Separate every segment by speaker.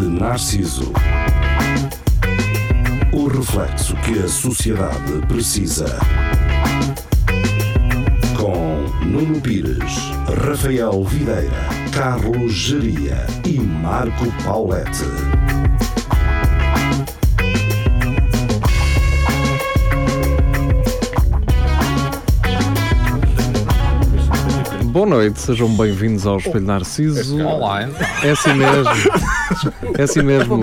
Speaker 1: Narciso. O reflexo que a sociedade precisa. Com Nuno Pires, Rafael Videira, Carlos Geria e Marco Paulette.
Speaker 2: Boa noite, sejam bem-vindos ao Espelho Narciso.
Speaker 3: Olá,
Speaker 2: É assim mesmo. É assim mesmo.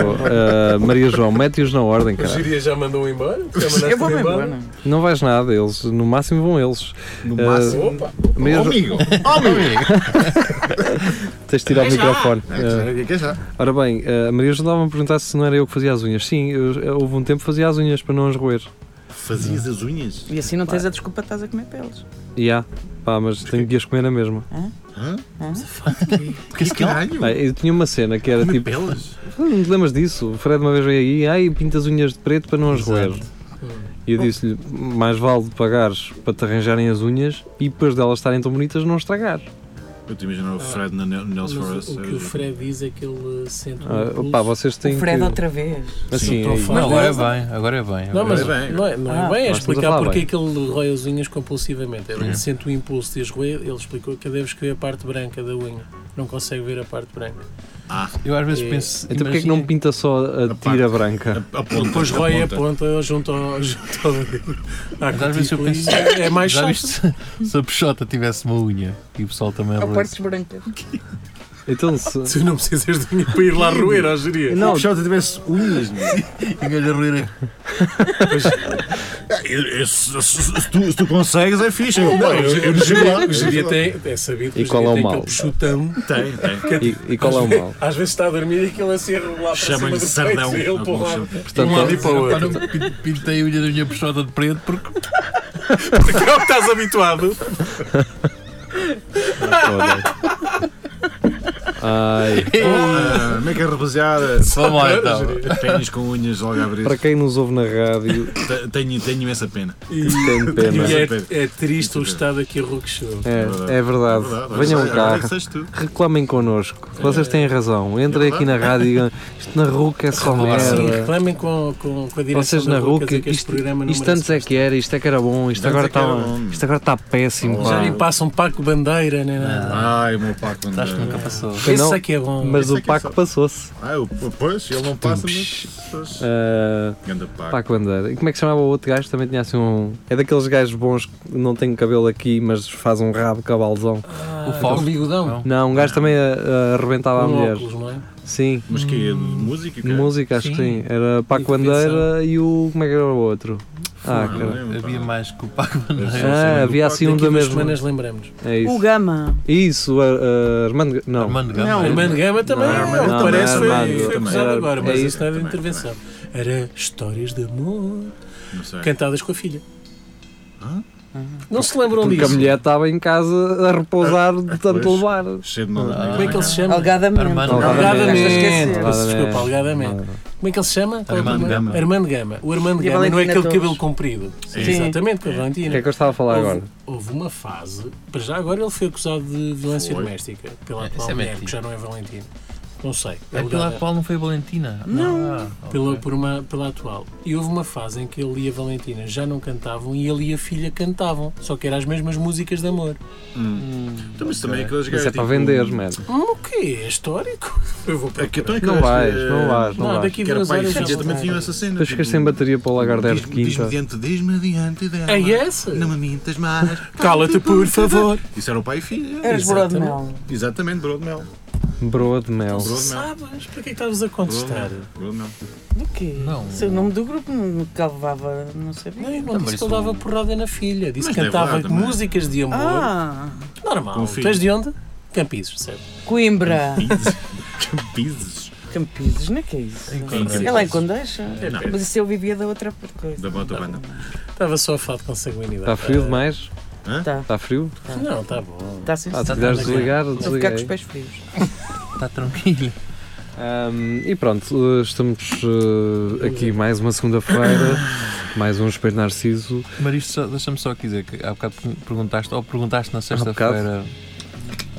Speaker 2: Ah, Maria João, mete-os na ordem,
Speaker 4: O
Speaker 2: cara.
Speaker 4: Giria já mandou um embora? Já mandaste
Speaker 3: eu vou me
Speaker 4: embora?
Speaker 3: embora. não é?
Speaker 2: Não vais nada, eles, no máximo vão eles.
Speaker 5: No
Speaker 2: Ah,
Speaker 5: máximo.
Speaker 4: Opa,
Speaker 2: Maria Jo-
Speaker 5: Amigo! Amigo!
Speaker 2: tens de tirar o microfone. Ah,
Speaker 5: É que é já.
Speaker 2: ora bem, ah, a Maria João estava a perguntar se não era eu que fazia as unhas. Sim, eu- eu- houve um tempo que fazia as unhas para não as roer.
Speaker 5: Fazias as unhas?
Speaker 3: E assim não tens a desculpa de estás a comer peles.
Speaker 2: E há. Pá, mas tenho que as comer na mesma.
Speaker 5: Que é? caralho?
Speaker 2: Ah, eu tinha uma cena que era
Speaker 5: Comer
Speaker 2: tipo.
Speaker 5: pelas?
Speaker 2: Não te lembras disso? O Fred uma vez veio aí, ai, pinta as unhas de preto para não as roer. E eu disse-lhe, mais vale pagares para te arranjarem as unhas e depois delas estarem tão bonitas não estragar.
Speaker 5: Eu te imagino o Fred na Nel- Nels
Speaker 4: mas
Speaker 5: Forest.
Speaker 4: o que o Fred diz é que ele sente
Speaker 2: Ah,
Speaker 4: um
Speaker 2: pá,
Speaker 4: impulso.
Speaker 2: vocês têm
Speaker 3: o Fred
Speaker 2: que...
Speaker 3: outra vez.
Speaker 2: Assim,
Speaker 4: Sim,
Speaker 2: é-
Speaker 4: estou a falar.
Speaker 3: Mas
Speaker 4: Não,
Speaker 3: não
Speaker 6: Agora é bem, agora é bem.
Speaker 4: Não, mas
Speaker 5: É bem.
Speaker 4: não é, não é
Speaker 3: Ah,
Speaker 4: bem, é
Speaker 2: nós estamos a
Speaker 4: explicar
Speaker 2: falar
Speaker 4: porque
Speaker 2: bem.
Speaker 4: é que ele rói as unhas compulsivamente. Ele sente o impulso de as roer, ele explicou que deves ver a parte branca da unha. Não consegue ver a parte branca.
Speaker 6: Eu às vezes
Speaker 4: É.
Speaker 6: penso.
Speaker 2: Então porquê é que não pinta só a
Speaker 5: A
Speaker 2: tira
Speaker 5: parte.
Speaker 2: branca?
Speaker 4: Depois
Speaker 5: Depois
Speaker 4: rói a ponta junto ao. Junto ao à
Speaker 6: Mas às vezes eu
Speaker 4: cutícula e
Speaker 6: penso.
Speaker 4: É mais
Speaker 6: já
Speaker 4: chato.
Speaker 6: viste se- se a Peixota tivesse uma unha e o pessoal também a roer-se?
Speaker 3: brancas.
Speaker 2: Então se...
Speaker 4: Tu não precisas de unha para ir lá roer, à geria.
Speaker 2: Não,
Speaker 5: Não, se eu tivesse unhas, meu.
Speaker 6: Tinha-lhe assim, a né?" roer.
Speaker 5: Ah, eu- eu- Se se- se tu- se tu consegues, é fixe. Eu
Speaker 4: Não, eu, eu, eu,
Speaker 5: eu-
Speaker 4: geria tem, é sabido que um
Speaker 2: E
Speaker 4: o
Speaker 2: qual é
Speaker 4: geria
Speaker 2: o
Speaker 4: tem
Speaker 2: mal?
Speaker 4: aquele chutão
Speaker 5: Tem, tem.
Speaker 2: e, e qual é o mal?
Speaker 4: Às vezes está a dormir e aquilo a ser lá para cima
Speaker 5: Chamam-lhe
Speaker 4: do
Speaker 5: sardão.
Speaker 4: peito, ele
Speaker 5: Não,
Speaker 4: para o
Speaker 5: como
Speaker 4: lado.
Speaker 5: chama?
Speaker 4: De um lado e para o
Speaker 6: Pá,
Speaker 4: outro.
Speaker 6: não pin- Pintei a unha da minha Peixota de preto porque
Speaker 4: Porque é o que estás habituado.
Speaker 2: Ai,
Speaker 5: Ah, Como é que é, rapaziada?
Speaker 6: vamos lá então.
Speaker 5: Ténis com unhas logo a abrir.
Speaker 2: para quem nos ouve na rádio,
Speaker 5: Te- Tenho tenho imensa pena.
Speaker 4: E,
Speaker 2: tenho pena.
Speaker 4: e
Speaker 5: Mas-
Speaker 4: é, é triste o estado a que a Rook chegou.
Speaker 2: É, é verdade. Venham cá,
Speaker 5: Agora é que sejas tu.
Speaker 2: reclamem connosco. Vocês têm razão. Entrem aqui na rádio e digam isto na RUC é só
Speaker 4: Sim,
Speaker 2: merda.
Speaker 4: reclamem com, com, com a direção
Speaker 2: Vocês
Speaker 4: da
Speaker 2: na
Speaker 4: Rook
Speaker 2: RUC,
Speaker 4: a dizer que este
Speaker 2: isto,
Speaker 4: programa não
Speaker 2: isto antes
Speaker 4: merece
Speaker 2: é que era, isto é que era bom, isto
Speaker 5: Antes
Speaker 2: agora
Speaker 5: é que era
Speaker 2: está
Speaker 5: bom.
Speaker 2: isto agora está péssimo.
Speaker 4: Já
Speaker 2: pá.
Speaker 4: nem passa um Paco Bandeira, nem nada.
Speaker 5: Ai, meu pá, quando.
Speaker 6: Acho que nunca passou.
Speaker 2: Eu
Speaker 4: Esse
Speaker 2: não-
Speaker 4: é que é bom.
Speaker 2: Mas
Speaker 5: Isso é
Speaker 2: o
Speaker 5: que é
Speaker 2: Paco
Speaker 5: só-
Speaker 2: passou-se.
Speaker 5: Ah, eu- pois, ele não passa, mas.
Speaker 2: Ah,
Speaker 5: Ganda Paco.
Speaker 2: Paco Bandeira. E como é que se chamava o outro gajo? Também tinha assim um. É daqueles gajos bons que não tem cabelo aqui, mas faz um rabo cabalzão.
Speaker 4: Ah,
Speaker 6: o Fausto.
Speaker 4: um bigodão.
Speaker 6: Não.
Speaker 2: Não, um gajo também ah, arrebentava a
Speaker 4: Um
Speaker 2: mulher.
Speaker 4: óculos, não é?
Speaker 2: Sim.
Speaker 5: Mas que é de música? que é?
Speaker 2: Música, acho que sim.
Speaker 4: Sim.
Speaker 2: Era Paco
Speaker 4: Intervenção.
Speaker 2: Bandeira e o. Como é que era o outro? Ah,
Speaker 5: Não
Speaker 2: cara.
Speaker 5: lembro, pá.
Speaker 6: Havia mais que o Paco Bandeira.
Speaker 2: Ah, havia assim um
Speaker 4: Daqui
Speaker 2: da
Speaker 4: umas
Speaker 2: mesma.
Speaker 4: semanas lembramos.
Speaker 2: É
Speaker 3: O
Speaker 2: isso.
Speaker 3: Gama.
Speaker 2: Isso, a- a Armando. Não.
Speaker 6: Armando Gama.
Speaker 4: Não,
Speaker 6: Era-
Speaker 4: Armando Gama também
Speaker 5: Não,
Speaker 4: é,
Speaker 5: Armando
Speaker 4: o que
Speaker 2: também,
Speaker 4: parece foi,
Speaker 2: Armando
Speaker 4: foi
Speaker 5: também.
Speaker 4: acusado agora,
Speaker 2: É
Speaker 4: mas
Speaker 2: isso
Speaker 4: isso não era
Speaker 5: também,
Speaker 4: intervenção. Era histórias de amor
Speaker 5: Não sei.
Speaker 4: cantadas com a filha.
Speaker 5: Hã?
Speaker 4: Não se lembram
Speaker 2: Porque a
Speaker 4: disso?
Speaker 2: mulher estava em casa a repousar de tanto
Speaker 5: Pois.
Speaker 2: levar.
Speaker 5: Cheio de nome.
Speaker 4: Como é que ele se chama?
Speaker 3: Algadamente.
Speaker 6: Armando
Speaker 4: Alegadamente.
Speaker 3: Algadamente.
Speaker 2: Algadamente.
Speaker 4: Desculpa, alegadamente. Como é que ele se chama? Qual é o
Speaker 6: Armando
Speaker 4: nome?
Speaker 6: Gama.
Speaker 4: Armando Gama. O Armando
Speaker 3: E a
Speaker 4: Gama não é
Speaker 3: Valentina
Speaker 4: aquele
Speaker 3: Torres.
Speaker 4: cabelo comprido.
Speaker 3: Sim.
Speaker 4: Exatamente, com a
Speaker 2: O que é
Speaker 4: Valentina.
Speaker 2: que eu estava a falar agora?
Speaker 4: Houve, houve uma fase, para já agora ele foi acusado de violência
Speaker 5: Foi.
Speaker 4: doméstica pela
Speaker 6: É,
Speaker 4: atual
Speaker 6: isso é
Speaker 4: mulher,
Speaker 6: mentira.
Speaker 4: que já não é Valentina. Não sei.
Speaker 6: É pela
Speaker 4: Alegada-
Speaker 6: qual não foi a Valentina? Não. Ah,
Speaker 4: pela,
Speaker 6: ok.
Speaker 4: por uma, pela atual. E houve uma fase em que ele e a Valentina já não cantavam e ele e a filha cantavam, só que eram as mesmas músicas de amor.
Speaker 5: Então, mas também é aqueles
Speaker 2: Mas
Speaker 5: gajos.
Speaker 2: é para
Speaker 5: tipo,
Speaker 2: vender, mano.
Speaker 4: Hum, o quê? É histórico? Eu vou
Speaker 5: É que então
Speaker 4: procurar.
Speaker 5: é que
Speaker 2: Não
Speaker 5: eu acho
Speaker 2: vais,
Speaker 5: que,
Speaker 2: não vais, não
Speaker 4: Não,
Speaker 2: vais.
Speaker 4: daqui
Speaker 5: Que
Speaker 4: a
Speaker 5: era
Speaker 4: duas
Speaker 5: pai e
Speaker 4: horas já
Speaker 5: filha
Speaker 4: vou
Speaker 5: também tinham
Speaker 4: dar.
Speaker 5: essa cena.
Speaker 2: Depois ficas
Speaker 5: tipo,
Speaker 2: sem bateria para o Lagarder de
Speaker 5: diz-me-
Speaker 2: Quinta.
Speaker 5: Diz-me diante, diz-me diante dela.
Speaker 4: É essa?
Speaker 5: Não me mintas mais.
Speaker 4: Cala-te, por favor.
Speaker 5: Isso era o pai e filha.
Speaker 3: Eras broa de
Speaker 4: Exatamente.
Speaker 3: mel.
Speaker 5: Exatamente, broa de mel.
Speaker 2: Broa de mel.
Speaker 5: Broa de mel.
Speaker 4: Sabes? Para que é que estavas a
Speaker 5: Broa de
Speaker 4: contestar?
Speaker 5: mel. Broa de mel.
Speaker 3: Do quê?
Speaker 6: Não.
Speaker 3: Sei o nome do grupo, não calvava, não sabia.
Speaker 4: Não, eu não
Speaker 6: Também
Speaker 4: disse que
Speaker 6: sou-
Speaker 4: ele dava porrada na filha. Disse
Speaker 5: Mas
Speaker 4: que
Speaker 5: deve
Speaker 4: cantava
Speaker 5: dar também.
Speaker 4: músicas de amor.
Speaker 3: Ah,
Speaker 4: Normal.
Speaker 5: Com o filho.
Speaker 4: Tu és de onde? Campizes, certo?
Speaker 3: Coimbra.
Speaker 5: Pizes. Pizes.
Speaker 3: Campizes, não é que é isso?
Speaker 6: Em Condeixa.
Speaker 3: É lá em Condeixa.
Speaker 5: Não.
Speaker 3: Mas isso eu vivia da outra coisa.
Speaker 5: Da bota banda.
Speaker 4: Estava só a falar de consanguinidade. Ah,
Speaker 2: Está frio demais?
Speaker 3: Tá.
Speaker 2: Está frio?
Speaker 4: Não, está bom.
Speaker 3: Está sem
Speaker 2: Ah, se
Speaker 3: sono.
Speaker 2: quiseres desligar,
Speaker 3: Vou ficar com os
Speaker 2: desliguei.
Speaker 3: pés frios.
Speaker 6: Está Tá tranquilo.
Speaker 2: Ahm, e pronto, uh, estamos uh, aqui mais uma segunda-feira, mais um Espelho Narciso.
Speaker 6: Mas isto só- deixa-me só aqui dizer que há bocado perguntaste, ou perguntaste na sexta-feira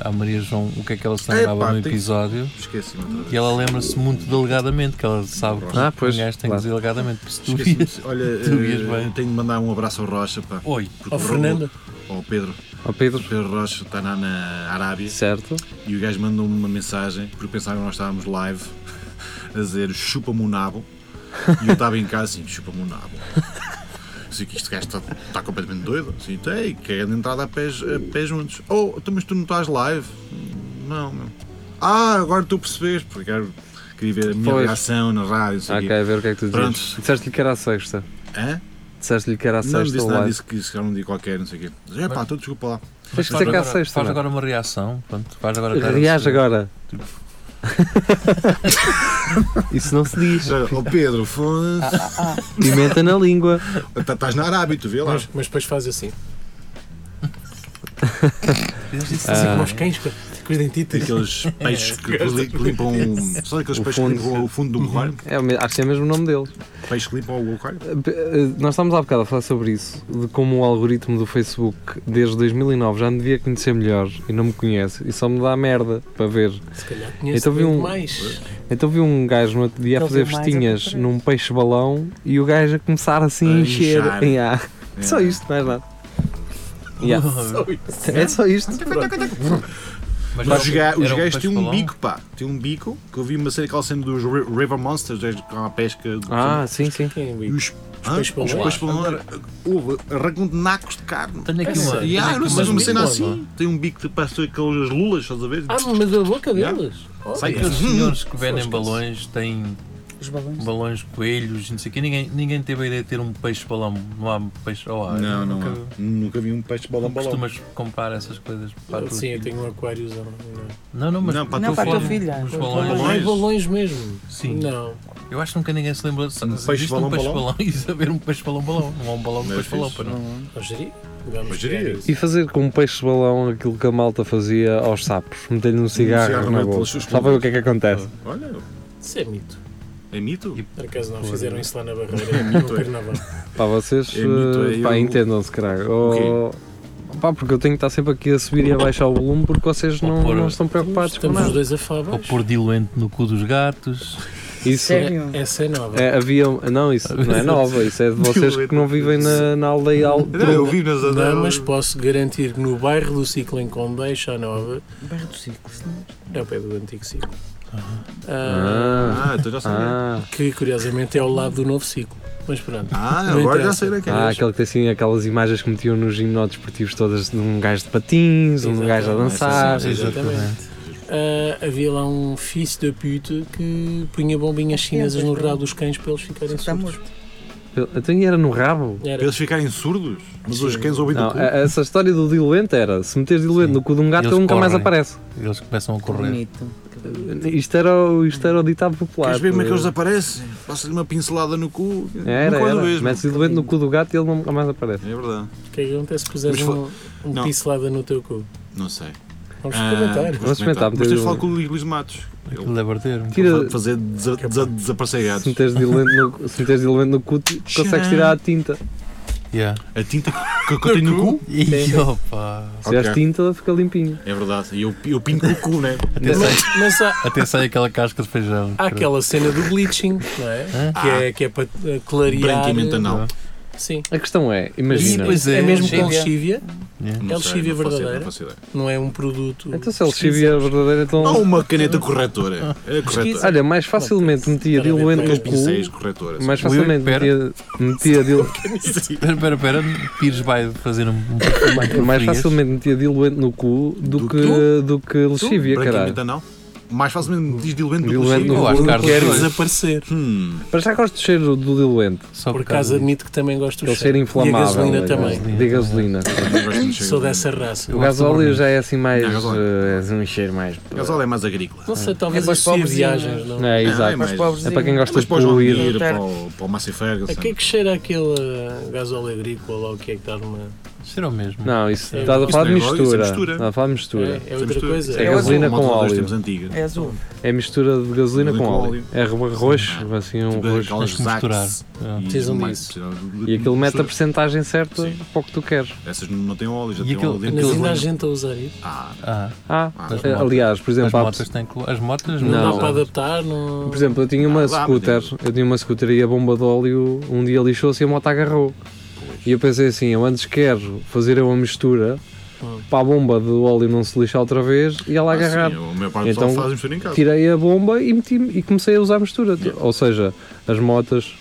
Speaker 6: à Maria João o que é que ela se lembrava
Speaker 5: Epá,
Speaker 6: no
Speaker 5: tem-
Speaker 6: episódio
Speaker 5: Esqueci-me outra
Speaker 6: e ela lembra-se muito delegadamente, que ela sabe que
Speaker 2: Ah, pois,
Speaker 6: um gajo tem
Speaker 2: claro.
Speaker 6: que dizer delegadamente, porque se tu
Speaker 5: vez.
Speaker 6: vias...
Speaker 5: Esqueci-me. Olha,
Speaker 6: Tu vias
Speaker 5: eh,
Speaker 6: bem.
Speaker 5: tenho de mandar um abraço ao Rocha, pá.
Speaker 6: Oi,
Speaker 5: porque
Speaker 4: Ao
Speaker 5: o Raul-
Speaker 4: Fernando,
Speaker 5: Ao Pedro.
Speaker 2: Ó Pedro,
Speaker 5: O Pedro Rocha está lá na Arábia
Speaker 2: certo?
Speaker 5: e o gajo mandou-me uma mensagem porque pensaram que nós estávamos live a dizer chupa-me o nabo. E eu estava em casa assim, chupa-me o nabo. Assim que este gajo está está completamente doido. Assim, tem, quer de entrada a pés, a pés juntos. Oh, então, mas tu não estás live? Não, meu. Ah, agora tu percebes, porque quero, queria ver a minha
Speaker 2: Pois.
Speaker 5: reação na rádio. Assim,
Speaker 2: Ah, ok, a ver o que é que tu dizes.
Speaker 5: Pronto.
Speaker 2: Disseste-lhe que era a sexta.
Speaker 5: Hã?
Speaker 2: Disseste-lhe que era a
Speaker 5: Não me
Speaker 2: sexta
Speaker 5: disse
Speaker 2: ou
Speaker 5: nada,
Speaker 2: Tá live.
Speaker 5: disse que isso era um dia qualquer, não sei o quê. Mas, Epá, então desculpa lá.
Speaker 2: Tens que
Speaker 6: Faz
Speaker 2: dizer que é a
Speaker 6: agora-
Speaker 2: sexta.
Speaker 6: Faz
Speaker 2: não?
Speaker 6: agora uma reação, pronto, faz agora... cara de-
Speaker 2: Reage agora. Isso não se diz.
Speaker 5: Já, Ó oh, Pedro, foda-se.
Speaker 2: Pimenta na língua.
Speaker 5: Tá- Estás na Arábia, tu vê lá.
Speaker 4: mas, mas depois faz assim.
Speaker 6: Fizeste
Speaker 4: Assim
Speaker 6: isso assim
Speaker 4: como
Speaker 6: com
Speaker 4: aos cães, com com os dentitas.
Speaker 5: Aqueles peixes que li- limpam. Sabe aqueles
Speaker 2: O
Speaker 5: peixes que
Speaker 2: fundo.
Speaker 5: limpam o fundo do morro?
Speaker 2: É, o me- acho que é mesmo o nome dele.
Speaker 5: Peixes que limpam o aquário?
Speaker 2: Eh, eh, Nós estávamos há bocado a falar sobre isso, de como o algoritmo do Facebook desde 2009 já me devia conhecer melhor e não me conhece e só me dá merda para ver.
Speaker 4: Se calhar conheço
Speaker 2: Então vi
Speaker 4: muito
Speaker 2: um-
Speaker 4: mais.
Speaker 2: Então vi um gajo no outro dia a
Speaker 3: Ele
Speaker 2: fazer
Speaker 3: viu mais, eu
Speaker 2: festinhas
Speaker 3: comprei.
Speaker 2: num peixe-balão e o gajo a começar assim a
Speaker 5: A
Speaker 2: encher.
Speaker 5: inchar.
Speaker 2: em ar.
Speaker 5: É.
Speaker 2: Só isto, mais nada. Yeah. É só isto.
Speaker 6: Mas
Speaker 5: Mas os
Speaker 6: era-
Speaker 5: ga- os
Speaker 6: era um
Speaker 5: gajos têm um
Speaker 6: peixe-balão?
Speaker 5: bico, pá. Têm um bico que eu vi uma série que cena dos Ri- River Monsters, os gajos que estão à pesca. do-
Speaker 2: Ah, sim, sim.
Speaker 4: Quem é o
Speaker 5: E
Speaker 4: Igor?
Speaker 5: os Hã? os
Speaker 4: peixes-balão.
Speaker 5: peixes balão arrancam de nacos de carne.
Speaker 6: Tenho aqui
Speaker 4: Essa-
Speaker 6: uma...
Speaker 5: E
Speaker 6: tenho
Speaker 5: ah,
Speaker 6: aqui
Speaker 5: não sei
Speaker 6: umas
Speaker 5: uma cena
Speaker 6: línguas,
Speaker 5: assim. Tem um bico que parece aquelas lulas, estás a ver?
Speaker 4: Ah, mas da boca deles. Olha.
Speaker 5: Sai
Speaker 6: Sei que os
Speaker 5: Hum.
Speaker 6: senhores que vendem
Speaker 4: Fosca-se.
Speaker 6: balões têm
Speaker 3: Os balões.
Speaker 6: balões coelhos e não sei o quê. Ninguém, ninguém teve a ideia de ter um peixe-balão. Não há peixe ao ar.
Speaker 5: Não, não
Speaker 6: Nunca-
Speaker 5: há. Nunca vi um peixe balão balão.
Speaker 6: Costumas comprar essas coisas para
Speaker 4: Sim, eu
Speaker 6: tudo.
Speaker 4: tenho um aquáriozão.
Speaker 6: Não, não, mas
Speaker 5: Não, para a
Speaker 3: Não,
Speaker 5: tua
Speaker 3: para a tua
Speaker 5: filha.
Speaker 3: filha.
Speaker 6: Os
Speaker 4: Balões.
Speaker 6: balões.
Speaker 5: Balões?
Speaker 4: Balões, balões mesmo.
Speaker 6: Sim.
Speaker 4: Não.
Speaker 6: Eu acho que nunca ninguém se lembrou de
Speaker 5: Um
Speaker 6: existe
Speaker 5: peixe-balão,
Speaker 6: um peixe-balão e saber um peixe-balão-balão. Não há um balão de
Speaker 5: Não é
Speaker 6: peixe-balão,
Speaker 5: fixe?
Speaker 6: para não.
Speaker 4: Algeria? Vamos
Speaker 5: Algeria.
Speaker 4: criar isso.
Speaker 2: E fazer com um peixe-balão aquilo que a malta fazia aos sapos, meter-lhe um cigarro
Speaker 5: cigarro
Speaker 2: na
Speaker 5: na
Speaker 2: boca.
Speaker 5: pelos seus
Speaker 2: Só para ver o que é que acontece.
Speaker 5: Olha,
Speaker 4: Isso é mito.
Speaker 5: é mito.
Speaker 4: Por acaso não fizeram isso lá na barreira, no
Speaker 5: é.
Speaker 4: carnaval.
Speaker 2: Pá, vocês
Speaker 5: É mito, é
Speaker 2: eh, pá,
Speaker 5: eu-
Speaker 2: entendam-se, caralho. Ou- Pá, porque eu tenho que estar sempre aqui a subir e a baixar o volume porque vocês
Speaker 6: Ou
Speaker 2: não,
Speaker 6: pôr-
Speaker 2: não estão preocupados com
Speaker 4: Estamos os
Speaker 2: nada.
Speaker 4: dois a falar.
Speaker 6: é? Ou pôr diluente no cu dos gatos.
Speaker 2: Isso é,
Speaker 3: Sério?
Speaker 4: Essa é nova.
Speaker 2: havia. Não, isso não é nova, isso é de vocês que não vivem na, na aldeia al-
Speaker 5: Eu vi nas
Speaker 4: Não, mas
Speaker 5: andamas.
Speaker 4: posso garantir que no bairro do Ciclo em Condeixa Nova,
Speaker 3: Barra do Ciclo, se não-
Speaker 4: é o pé do antigo Ciclo, ah,
Speaker 2: Ah,
Speaker 5: Ah, então já sei.
Speaker 2: ah,
Speaker 4: que curiosamente é ao lado do novo Ciclo. Mas pronto,
Speaker 5: Ah,
Speaker 4: Não
Speaker 5: agora já
Speaker 4: interessa.
Speaker 5: sei daquele.
Speaker 2: ah, aquele que tem assim aquelas imagens que metiam nos gimnódesportivos todas de um gajo de patins, um gajo a dançar.
Speaker 5: Exatamente.
Speaker 4: exatamente. Ah, havia lá um fils da puta que punha bombinhas
Speaker 3: é
Speaker 4: chinesas no rabo dos cães para eles ficarem
Speaker 3: Está
Speaker 4: surdos.
Speaker 3: tá morto.
Speaker 2: Então e era no rabo?
Speaker 5: Para
Speaker 4: Era.
Speaker 5: eles ficarem surdos, mas os
Speaker 4: Sim.
Speaker 5: cães ouvem do
Speaker 2: Não,
Speaker 5: cu.
Speaker 2: a- essa história do diluente era: se meteres diluente
Speaker 6: Sim.
Speaker 2: no cu de um gato,
Speaker 6: Eles
Speaker 2: ele nunca mais
Speaker 6: correm.
Speaker 2: aparece.
Speaker 6: Eles começam a correr.
Speaker 3: Bonito.
Speaker 2: Isto era, o, isto era o ditado popular.
Speaker 5: Queres ver como é que eles
Speaker 2: estás a
Speaker 5: aparecem? Passa-lhe uma pincelada no cu.
Speaker 2: Era,
Speaker 5: nunca o
Speaker 2: era.
Speaker 5: vês,
Speaker 2: Metes diluente no cu do gato e ele nunca mais aparece.
Speaker 5: meu. É verdade.
Speaker 4: O que é que acontece se puseres
Speaker 5: Mas foi-
Speaker 4: um, um
Speaker 5: Não.
Speaker 4: pincelada no teu cu?
Speaker 5: Não sei.
Speaker 4: Vamos um
Speaker 5: Ah,
Speaker 4: experimentar.
Speaker 2: Vamos experimentar,
Speaker 5: Mas tens
Speaker 2: meter
Speaker 5: de falar
Speaker 2: o-
Speaker 5: com o Luís Matos.
Speaker 6: Aquilo é bater.
Speaker 2: Tira-
Speaker 5: Ele fazer desa- desa- desaparecer
Speaker 2: Se
Speaker 5: gatos.
Speaker 2: meteres diluente no, se meteres diluente no cu, tu consegues tirar a tinta. Se
Speaker 6: Yeah.
Speaker 5: A tinta que que eu tenho no cu?
Speaker 6: E opa!
Speaker 2: tiveres
Speaker 5: Ok.
Speaker 2: tinta, fica limpinho.
Speaker 5: É verdade. E eu, eu pinto com o cu, né?
Speaker 6: Até sai,
Speaker 2: é.
Speaker 4: Mas há,
Speaker 6: até sai aquela casca de feijão.
Speaker 4: há aquela cena do bleaching, não é? Que é, que é para eh, clarear.
Speaker 5: Branqueamento anal.
Speaker 4: Sim.
Speaker 2: A questão é:
Speaker 4: E
Speaker 2: imagina.
Speaker 4: depois
Speaker 6: Pois é,
Speaker 4: é mesmo com
Speaker 6: lexívia.
Speaker 4: lexívia,
Speaker 6: Yeah.
Speaker 5: Não
Speaker 4: É
Speaker 5: sei, não faço ideia,
Speaker 4: lexívia verdadeira?
Speaker 5: não faço ideia.
Speaker 4: não é um produto.
Speaker 2: Então, se a lexívia é verdadeira, então.
Speaker 5: Ou uma caneta corretora. É corretora.
Speaker 2: Olha, mais facilmente metia
Speaker 4: Espera,
Speaker 2: diluente
Speaker 5: Aqueles
Speaker 2: no
Speaker 5: pincéis
Speaker 2: cu.
Speaker 5: corretora.
Speaker 2: Mais
Speaker 6: Ui,
Speaker 2: facilmente
Speaker 6: pera.
Speaker 2: metia, metia dil-
Speaker 6: Espera, espera, espera. Pires vai fazer um. um-
Speaker 2: mais,
Speaker 6: um-
Speaker 2: mais
Speaker 6: frias.
Speaker 2: facilmente metia diluente no cu do,
Speaker 5: Do
Speaker 2: que, do que lexívia, caralho.
Speaker 5: Branqueamento anal. Mais facilmente diz diluente do que
Speaker 2: Diluente
Speaker 5: lexívia.
Speaker 2: no
Speaker 6: Eu acho
Speaker 2: cu,
Speaker 6: que há
Speaker 2: quero
Speaker 6: dois.
Speaker 4: desaparecer.
Speaker 5: Hum.
Speaker 2: Para já gosto de cheiro do diluente,
Speaker 6: Só
Speaker 4: Por acaso
Speaker 6: disso.
Speaker 4: admito que também gosto
Speaker 2: aquele
Speaker 4: do
Speaker 2: cheiro
Speaker 4: cheiro.
Speaker 2: inflamável.
Speaker 4: E a gasolina
Speaker 2: é,
Speaker 4: também.
Speaker 2: De gasolina.
Speaker 4: Sou dessa raça.
Speaker 6: Eu
Speaker 2: O
Speaker 6: gosto de
Speaker 2: gasóleo
Speaker 6: bordo.
Speaker 2: já é assim mais.
Speaker 5: Não, gasóleo.
Speaker 2: eh, é um cheiro mais.
Speaker 5: Gasol é mais agrícola.
Speaker 4: Não
Speaker 2: Ah.
Speaker 4: sei, talvez
Speaker 3: É para os
Speaker 4: associe
Speaker 3: pobres e-
Speaker 4: viagens, não?
Speaker 2: É, exato.
Speaker 5: mais-
Speaker 2: É para quem gosta
Speaker 5: Mas
Speaker 2: de
Speaker 5: para o João
Speaker 2: poluir.
Speaker 5: Mir, para o, para o Massey Ferguson.
Speaker 4: eh, A que é que cheira aquele gasóleo agrícola ou o que é que está numa.
Speaker 6: Será o mesmo?
Speaker 2: Não, isso
Speaker 4: É,
Speaker 2: estás a
Speaker 5: isso
Speaker 2: falar de
Speaker 5: não é óleo, isso é
Speaker 2: mistura.
Speaker 5: mistura.
Speaker 2: Estás a falar de mistura.
Speaker 4: É, é outra
Speaker 5: Temos
Speaker 4: coisa.
Speaker 5: tudo.
Speaker 2: É
Speaker 5: uma
Speaker 2: gasolina
Speaker 5: moda
Speaker 2: com
Speaker 5: que nós
Speaker 2: óleo.
Speaker 5: Temos antiga.
Speaker 3: É azul.
Speaker 2: É mistura de gasolina com
Speaker 5: Gasolina com
Speaker 2: óleo. É ro- roxo, assim, um
Speaker 5: Tipo
Speaker 2: roxo.
Speaker 5: aquelas
Speaker 6: Tens que
Speaker 5: Zax
Speaker 6: misturar.
Speaker 5: e
Speaker 6: É.
Speaker 4: Precisam
Speaker 5: mais-
Speaker 4: disso.
Speaker 5: precisam de-
Speaker 2: E aquilo mete a
Speaker 5: mistura.
Speaker 2: percentagem certa
Speaker 5: Sim.
Speaker 2: para o que tu queres.
Speaker 5: Essas não têm óleo, já
Speaker 6: E
Speaker 5: têm
Speaker 6: aquele-
Speaker 5: óleo dentro.
Speaker 4: Mas
Speaker 6: aquele-
Speaker 4: ainda há gente a usar isso.
Speaker 5: Ah,
Speaker 6: Ah,
Speaker 2: Ah,
Speaker 5: Ah,
Speaker 6: as
Speaker 2: eh,
Speaker 6: motas.
Speaker 2: aliás, por
Speaker 6: as
Speaker 2: exemplo, há,
Speaker 6: motas têm colo- As motas
Speaker 4: Não,
Speaker 2: Não.
Speaker 4: dá para adaptar, não...
Speaker 2: Por exemplo, eu tinha uma
Speaker 5: Ah, dá, mas
Speaker 2: scooter, eu tinha uma scooter e a bomba de óleo um dia lixou-se e a moto agarrou. E eu pensei assim, eu antes quero fazer uma mistura
Speaker 4: Hum.
Speaker 2: para a bomba de óleo não se lixar outra vez e ela
Speaker 5: ah,
Speaker 2: agarrar.
Speaker 5: sim, a maior parte do pessoal
Speaker 2: Então,
Speaker 5: faz mistura em casa.
Speaker 2: Tirei a bomba e meti e comecei a usar a mistura. Ou seja, as motas.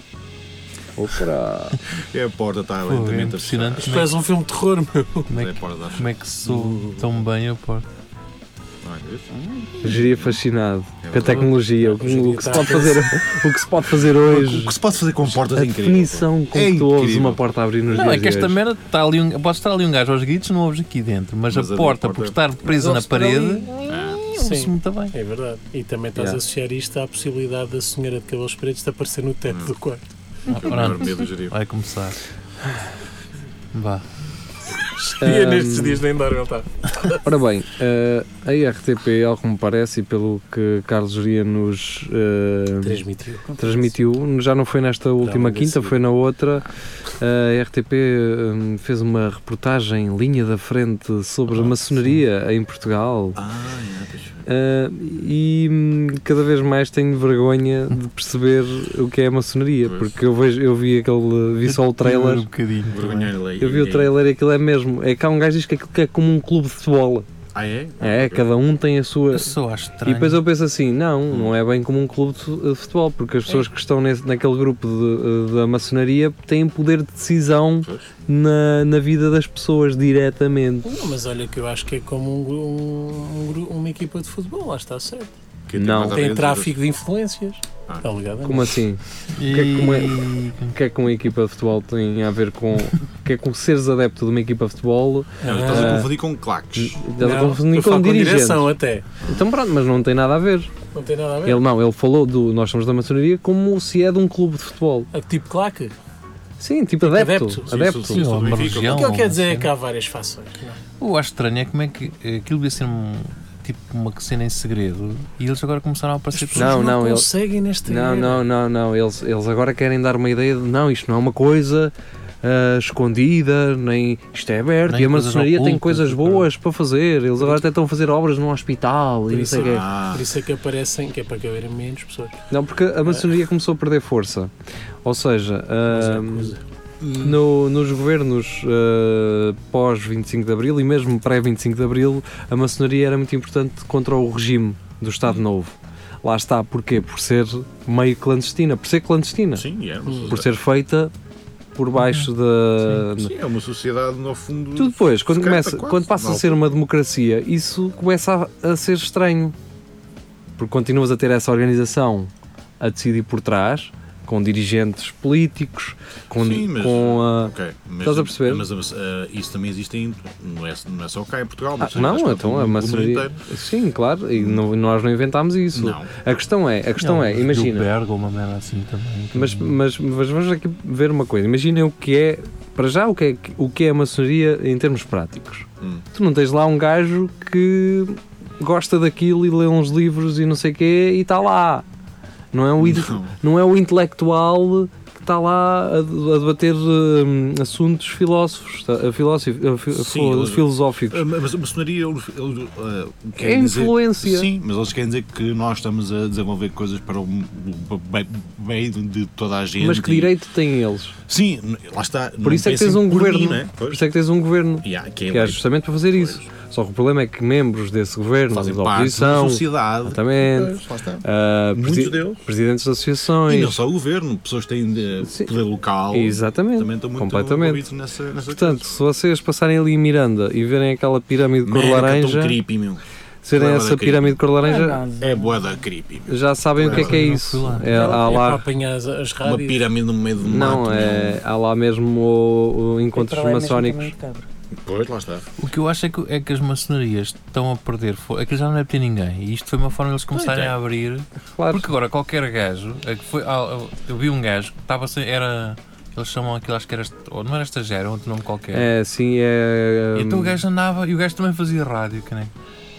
Speaker 2: Opa!
Speaker 5: É a porta está
Speaker 6: Pô, é
Speaker 5: lentamente tá. a fechar.
Speaker 6: impressionante
Speaker 4: Isto
Speaker 6: como é,
Speaker 4: parece um filme de terror, meu.
Speaker 6: como
Speaker 5: É
Speaker 6: é
Speaker 5: a
Speaker 6: que,
Speaker 5: porta da
Speaker 6: como é que sou tão bem a porta.
Speaker 5: Olha, é isso.
Speaker 2: Geria fascinado
Speaker 5: É
Speaker 2: com a
Speaker 5: verdade.
Speaker 2: tecnologia, o que, o que se pode fazer, o que se pode fazer hoje.
Speaker 5: O que se pode fazer com portas
Speaker 2: A
Speaker 5: é incrível.
Speaker 2: definição com
Speaker 5: É
Speaker 2: que tu ouves
Speaker 5: incrível.
Speaker 2: uma porta a abrir nos
Speaker 6: Não,
Speaker 2: dias
Speaker 6: é que esta
Speaker 2: de hoje.
Speaker 6: merda está ali um, pode estar ali um gajo aos gritos, não ouves aqui dentro, mas,
Speaker 5: Mas
Speaker 6: a
Speaker 5: a
Speaker 6: porta,
Speaker 5: porta-
Speaker 6: por estar presa na
Speaker 4: Mas ouve-se para
Speaker 6: parede,
Speaker 4: ali.
Speaker 6: ouve-se
Speaker 4: Sim.
Speaker 6: muito bem.
Speaker 4: É verdade. E também estás
Speaker 2: Yeah.
Speaker 4: a associar isto à possibilidade da senhora de cabelos pretos de aparecer no
Speaker 2: Hum.
Speaker 4: teto do quarto.
Speaker 6: Ah,
Speaker 5: É o maior
Speaker 6: Pronto,
Speaker 5: medo do Jerif.
Speaker 6: vai começar. Vá.
Speaker 4: E eu
Speaker 2: Ahm.
Speaker 4: nestes dias nem dar ele está.
Speaker 2: Ora bem, eh, a RTP, ao que me parece, e pelo que Carlos Juria nos eh,
Speaker 4: Transmitiu.
Speaker 2: transmitiu, já não foi nesta última
Speaker 4: ainda
Speaker 2: quinta,
Speaker 4: sim.
Speaker 2: foi na outra. eh, a RTP eh, fez uma reportagem linha da frente sobre a maçonaria em Portugal.
Speaker 5: Ah, é, pois.
Speaker 2: eh, e hum, cada vez mais tenho vergonha de perceber o que é a maçonaria,
Speaker 5: Pois.
Speaker 2: porque eu, vejo, eu vi aquele. vi só o trailer.
Speaker 6: Um bocadinho.
Speaker 5: Vergonhar lei.
Speaker 2: Eu vi o trailer e aquilo é mesmo. É que há um gajo que diz que aquilo que é como um clube de futebol.
Speaker 5: Ah, é?
Speaker 2: É, cada um tem a sua.
Speaker 6: Eu só acho estranho.
Speaker 2: E depois eu penso assim, não, não é bem como um clube de fu- de futebol, porque as pessoas que estão nesse, naquele grupo de- eh, da maçonaria têm poder de decisão
Speaker 5: Pois.
Speaker 2: na, na vida das pessoas diretamente.
Speaker 4: Não, mas olha que eu acho que é como um, gru- um, um gru- uma equipa de futebol, lá está certo.
Speaker 5: Quem
Speaker 2: Não.
Speaker 5: mais
Speaker 4: Tem
Speaker 5: aventuras?
Speaker 4: tráfico de influências. Tá
Speaker 5: Ah.
Speaker 4: Alegadamente.
Speaker 2: Como assim?
Speaker 6: E...
Speaker 2: que é que como O que é que uma equipa de futebol tem a ver com. O que é com seres adepto de uma equipa de futebol?
Speaker 5: Não,
Speaker 4: Ah.
Speaker 5: Estás
Speaker 2: Ah.
Speaker 5: a confundir com claques.
Speaker 2: Estás a
Speaker 4: Não,
Speaker 2: confundir
Speaker 4: eu
Speaker 2: com
Speaker 4: falo
Speaker 2: dirigentes.
Speaker 4: direção É. até.
Speaker 2: Então pronto, mas não tem nada a ver.
Speaker 4: Não tem nada a ver.
Speaker 2: Ele não, ele falou do nós somos da maçonaria como se é de um clube de futebol.
Speaker 4: É Tipo claque.
Speaker 2: Sim, tipo adepto.
Speaker 4: adepto.
Speaker 5: Sim,
Speaker 2: adepto.
Speaker 5: sim, sim, sou do
Speaker 6: Sim, uma
Speaker 5: Benfica,
Speaker 6: região.
Speaker 4: O que ele
Speaker 6: Não,
Speaker 4: quer dizer é
Speaker 6: sim.
Speaker 4: que há várias fações. não é?
Speaker 6: Eu acho estranho é como é que eh, aquilo devia ser um, tipo uma cena em segredo e eles agora começaram a aparecer
Speaker 4: As
Speaker 6: todos.
Speaker 2: Não,
Speaker 4: pessoas
Speaker 2: não, ele-
Speaker 4: conseguem nesta
Speaker 2: Não,
Speaker 4: era.
Speaker 2: não, não, não. Eles, eles agora querem dar uma ideia de não, isto não é uma coisa ah, escondida, nem isto é aberto.
Speaker 6: Nem
Speaker 2: e a
Speaker 6: coisas
Speaker 2: maçonaria tem
Speaker 6: ocultas,
Speaker 2: coisas
Speaker 6: e
Speaker 2: boas para fazer. Eles agora até estão a fazer obras num hospital e
Speaker 4: Por
Speaker 2: não
Speaker 4: isso
Speaker 2: sei o quê.
Speaker 5: Ah,
Speaker 4: Por isso é que aparecem, que é para caberem menos pessoas.
Speaker 2: Não, porque a maçonaria começou a perder força. Ou seja,
Speaker 6: é
Speaker 2: ah, no- nos governos ah, pós 25 de Abril e mesmo pré 25 de Abril, a maçonaria era muito importante contra o regime do Estado Novo. Lá está, porquê? Por ser meio clandestina, por ser clandestina.
Speaker 5: sim, é. uma
Speaker 4: Por
Speaker 2: por
Speaker 5: sociedade.
Speaker 2: ser feita por baixo da.
Speaker 5: Sim, é uma sociedade, no fundo.
Speaker 2: Tu depois, quando,
Speaker 5: secreta,
Speaker 2: começa,
Speaker 5: quase.
Speaker 2: quando passa a
Speaker 5: Não.
Speaker 2: ser um uma democracia, isso começa a, a ser estranho. Porque continuas a ter essa organização a decidir por trás, com dirigentes políticos, com,
Speaker 5: Sim, mas-
Speaker 2: com a.
Speaker 5: Ok, mas-
Speaker 2: Estás a perceber?
Speaker 5: Mas ah, isso também existe em. Não é, não é só cá em Portugal.
Speaker 2: Ah,
Speaker 5: mas acho
Speaker 2: não,
Speaker 5: que
Speaker 2: então
Speaker 5: no
Speaker 2: a
Speaker 5: mundo
Speaker 2: maçonaria.
Speaker 5: inteiro.
Speaker 2: Sim, claro, e não- nós não inventámos isso.
Speaker 5: Não.
Speaker 2: A questão é, a questão
Speaker 6: Não,
Speaker 2: é,
Speaker 6: mas
Speaker 2: imagina.
Speaker 6: Bilderberg ou uma merda assim também.
Speaker 2: Mas,
Speaker 5: Uhum.
Speaker 2: mas, mas vamos aqui ver uma coisa. Imaginem o que é, para já, o que é, o que é a maçonaria em termos práticos.
Speaker 5: Hum.
Speaker 2: Tu não tens lá um gajo que gosta daquilo e lê uns livros e não sei o quê e está lá. Não é, o, in-
Speaker 5: Não.
Speaker 2: não é o intelectual que está lá a, a debater hum, assuntos filósofos, tá? a filósofo- a fi- a
Speaker 5: Sim,
Speaker 2: fil-
Speaker 5: eles-
Speaker 2: filosóficos.
Speaker 5: Ah, Mas a maçonaria. eles- eles, ah,
Speaker 2: É
Speaker 5: querem dizer-
Speaker 2: influência.
Speaker 5: Sim, mas eles querem dizer que nós estamos a desenvolver coisas para o bem- bem de toda a gente.
Speaker 2: Mas que
Speaker 5: e-
Speaker 2: direito têm eles?
Speaker 5: Sim, lá está.
Speaker 2: Por isso é que tens um governo. Por isso é que tens um governo.
Speaker 5: né? Yeah, que é
Speaker 2: que é
Speaker 5: eleito.
Speaker 2: justamente para fazer isso. Só que o problema é que membros desse governo,
Speaker 5: fazem
Speaker 2: da
Speaker 5: parte da
Speaker 2: oposição,
Speaker 5: sociedade.
Speaker 2: exatamente,
Speaker 5: Pois, lá está.
Speaker 2: ah,
Speaker 5: Muitos
Speaker 2: presi-
Speaker 5: deles.
Speaker 2: presidentes de
Speaker 5: E não
Speaker 2: associações,
Speaker 5: só o governo, pessoas que têm eh,
Speaker 2: Sim.
Speaker 5: poder local.
Speaker 2: Exatamente,
Speaker 5: Também estão muito
Speaker 2: completamente.
Speaker 5: envolvidos nessa, nessa
Speaker 2: portanto, se vocês passarem ali em Miranda e verem aquela pirâmide de
Speaker 5: coisa.
Speaker 2: cor
Speaker 5: Merda, é
Speaker 2: laranja,
Speaker 5: tão creepy, meu.
Speaker 2: se verem
Speaker 5: Não é
Speaker 2: essa
Speaker 5: nada creepy.
Speaker 2: pirâmide de cor laranja,
Speaker 3: nada.
Speaker 5: É boa da creepy. meu.
Speaker 2: já sabem o que é que é
Speaker 6: Eu não
Speaker 2: isso.
Speaker 6: fui lá.
Speaker 2: É, há
Speaker 4: é para
Speaker 2: lá,
Speaker 4: apanhar as, as
Speaker 5: Uma
Speaker 4: rádios.
Speaker 5: pirâmide no meio do mato.
Speaker 2: não, é, há lá mesmo o- o encontros
Speaker 3: Para lá é mesmo
Speaker 2: maçónicos.
Speaker 3: também cabra.
Speaker 5: meu. Pois, lá está.
Speaker 6: O que eu acho é que, é que as maçonarias estão a perder força. Aquilo já não deve ter ninguém. E isto foi uma forma de eles começarem
Speaker 5: tem.
Speaker 6: a abrir.
Speaker 2: é. Claro,
Speaker 6: Porque agora qualquer gajo. é que Foi, ah, eu vi um gajo que estava sem- era Eles chamam aquilo, acho que era. est- Ou não era estagério, era outro nome qualquer.
Speaker 2: É, sim, é.
Speaker 6: Então o
Speaker 2: hum,
Speaker 6: gajo andava, e o gajo também fazia rádio, que nem.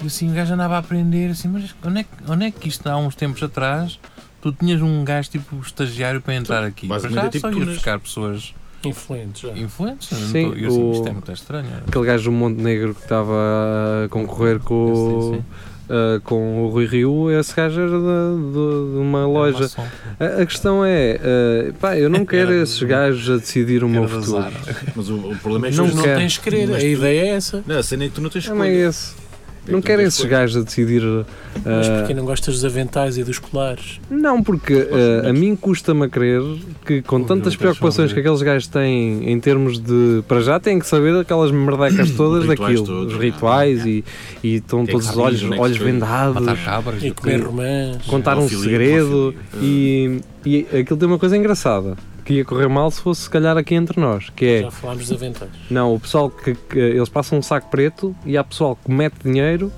Speaker 6: E assim, o gajo andava a aprender, assim, mas onde é, que- onde é que isto há uns tempos atrás tu tinhas um gajo tipo estagiário para entrar aqui? Para
Speaker 5: basicamente
Speaker 6: já
Speaker 5: é tipo
Speaker 6: só
Speaker 5: tu,
Speaker 6: ias
Speaker 5: né?
Speaker 6: buscar pessoas
Speaker 4: Influentes já.
Speaker 6: influentes. eu não
Speaker 2: Sim,
Speaker 6: tô- eu, assim,
Speaker 2: o-
Speaker 6: Isto é muito estranho.
Speaker 2: hum, Aquele gajo do Monte Negro que estava a concorrer com, o-
Speaker 6: Sim, sim.
Speaker 2: ah, com o Rui Rio, esse gajo era da- de, de uma
Speaker 6: Era
Speaker 2: loja.
Speaker 6: maçom,
Speaker 2: A, a questão é, ah, pá, eu
Speaker 5: É,
Speaker 2: não quero
Speaker 6: Era
Speaker 2: esses
Speaker 6: do-
Speaker 2: gajos a decidir o meu
Speaker 6: era da
Speaker 2: futuro.
Speaker 6: Zara.
Speaker 5: Mas o, o problema é que
Speaker 4: Mas
Speaker 2: Não
Speaker 5: não,
Speaker 4: não
Speaker 2: quer.
Speaker 4: tens que querer,
Speaker 5: Mas
Speaker 4: a
Speaker 5: tu-
Speaker 4: ideia é essa.
Speaker 5: não, a cena é que tu não tens
Speaker 2: Não é
Speaker 5: escolha.
Speaker 2: esse.
Speaker 5: É que
Speaker 2: Não
Speaker 5: tu
Speaker 2: quero
Speaker 5: tens
Speaker 2: esses
Speaker 5: escolha.
Speaker 2: gajos a decidir.
Speaker 4: Mas
Speaker 2: ah,
Speaker 4: porque não gostas dos aventais e dos colares?
Speaker 2: Não, porque eh, a mim custa-me a crer que com
Speaker 6: Ouvi
Speaker 2: tantas
Speaker 6: outra
Speaker 2: preocupações que
Speaker 6: sobre-
Speaker 2: aqueles gajos têm em termos de. Para já têm que saber aquelas merdecas todas
Speaker 5: Rituais
Speaker 2: daquilo,
Speaker 5: todos,
Speaker 2: os
Speaker 5: não é?
Speaker 2: rituais e, e estão
Speaker 5: que
Speaker 2: todos os
Speaker 5: saber
Speaker 2: olhos,
Speaker 5: onde é que
Speaker 2: olhos
Speaker 5: foi.
Speaker 2: vendados,
Speaker 6: Matar cabras.
Speaker 4: E
Speaker 6: tipo,
Speaker 4: comer romãs?
Speaker 2: contar um
Speaker 5: Pedofilia,
Speaker 2: segredo
Speaker 5: pedofilia.
Speaker 2: e, e
Speaker 5: é.
Speaker 2: aquilo tem uma coisa engraçada que ia correr mal se fosse se calhar aqui entre nós, que é
Speaker 4: Já falámos dos aventais.
Speaker 2: não, o pessoal que, que eles passam um saco preto e há pessoal que mete dinheiro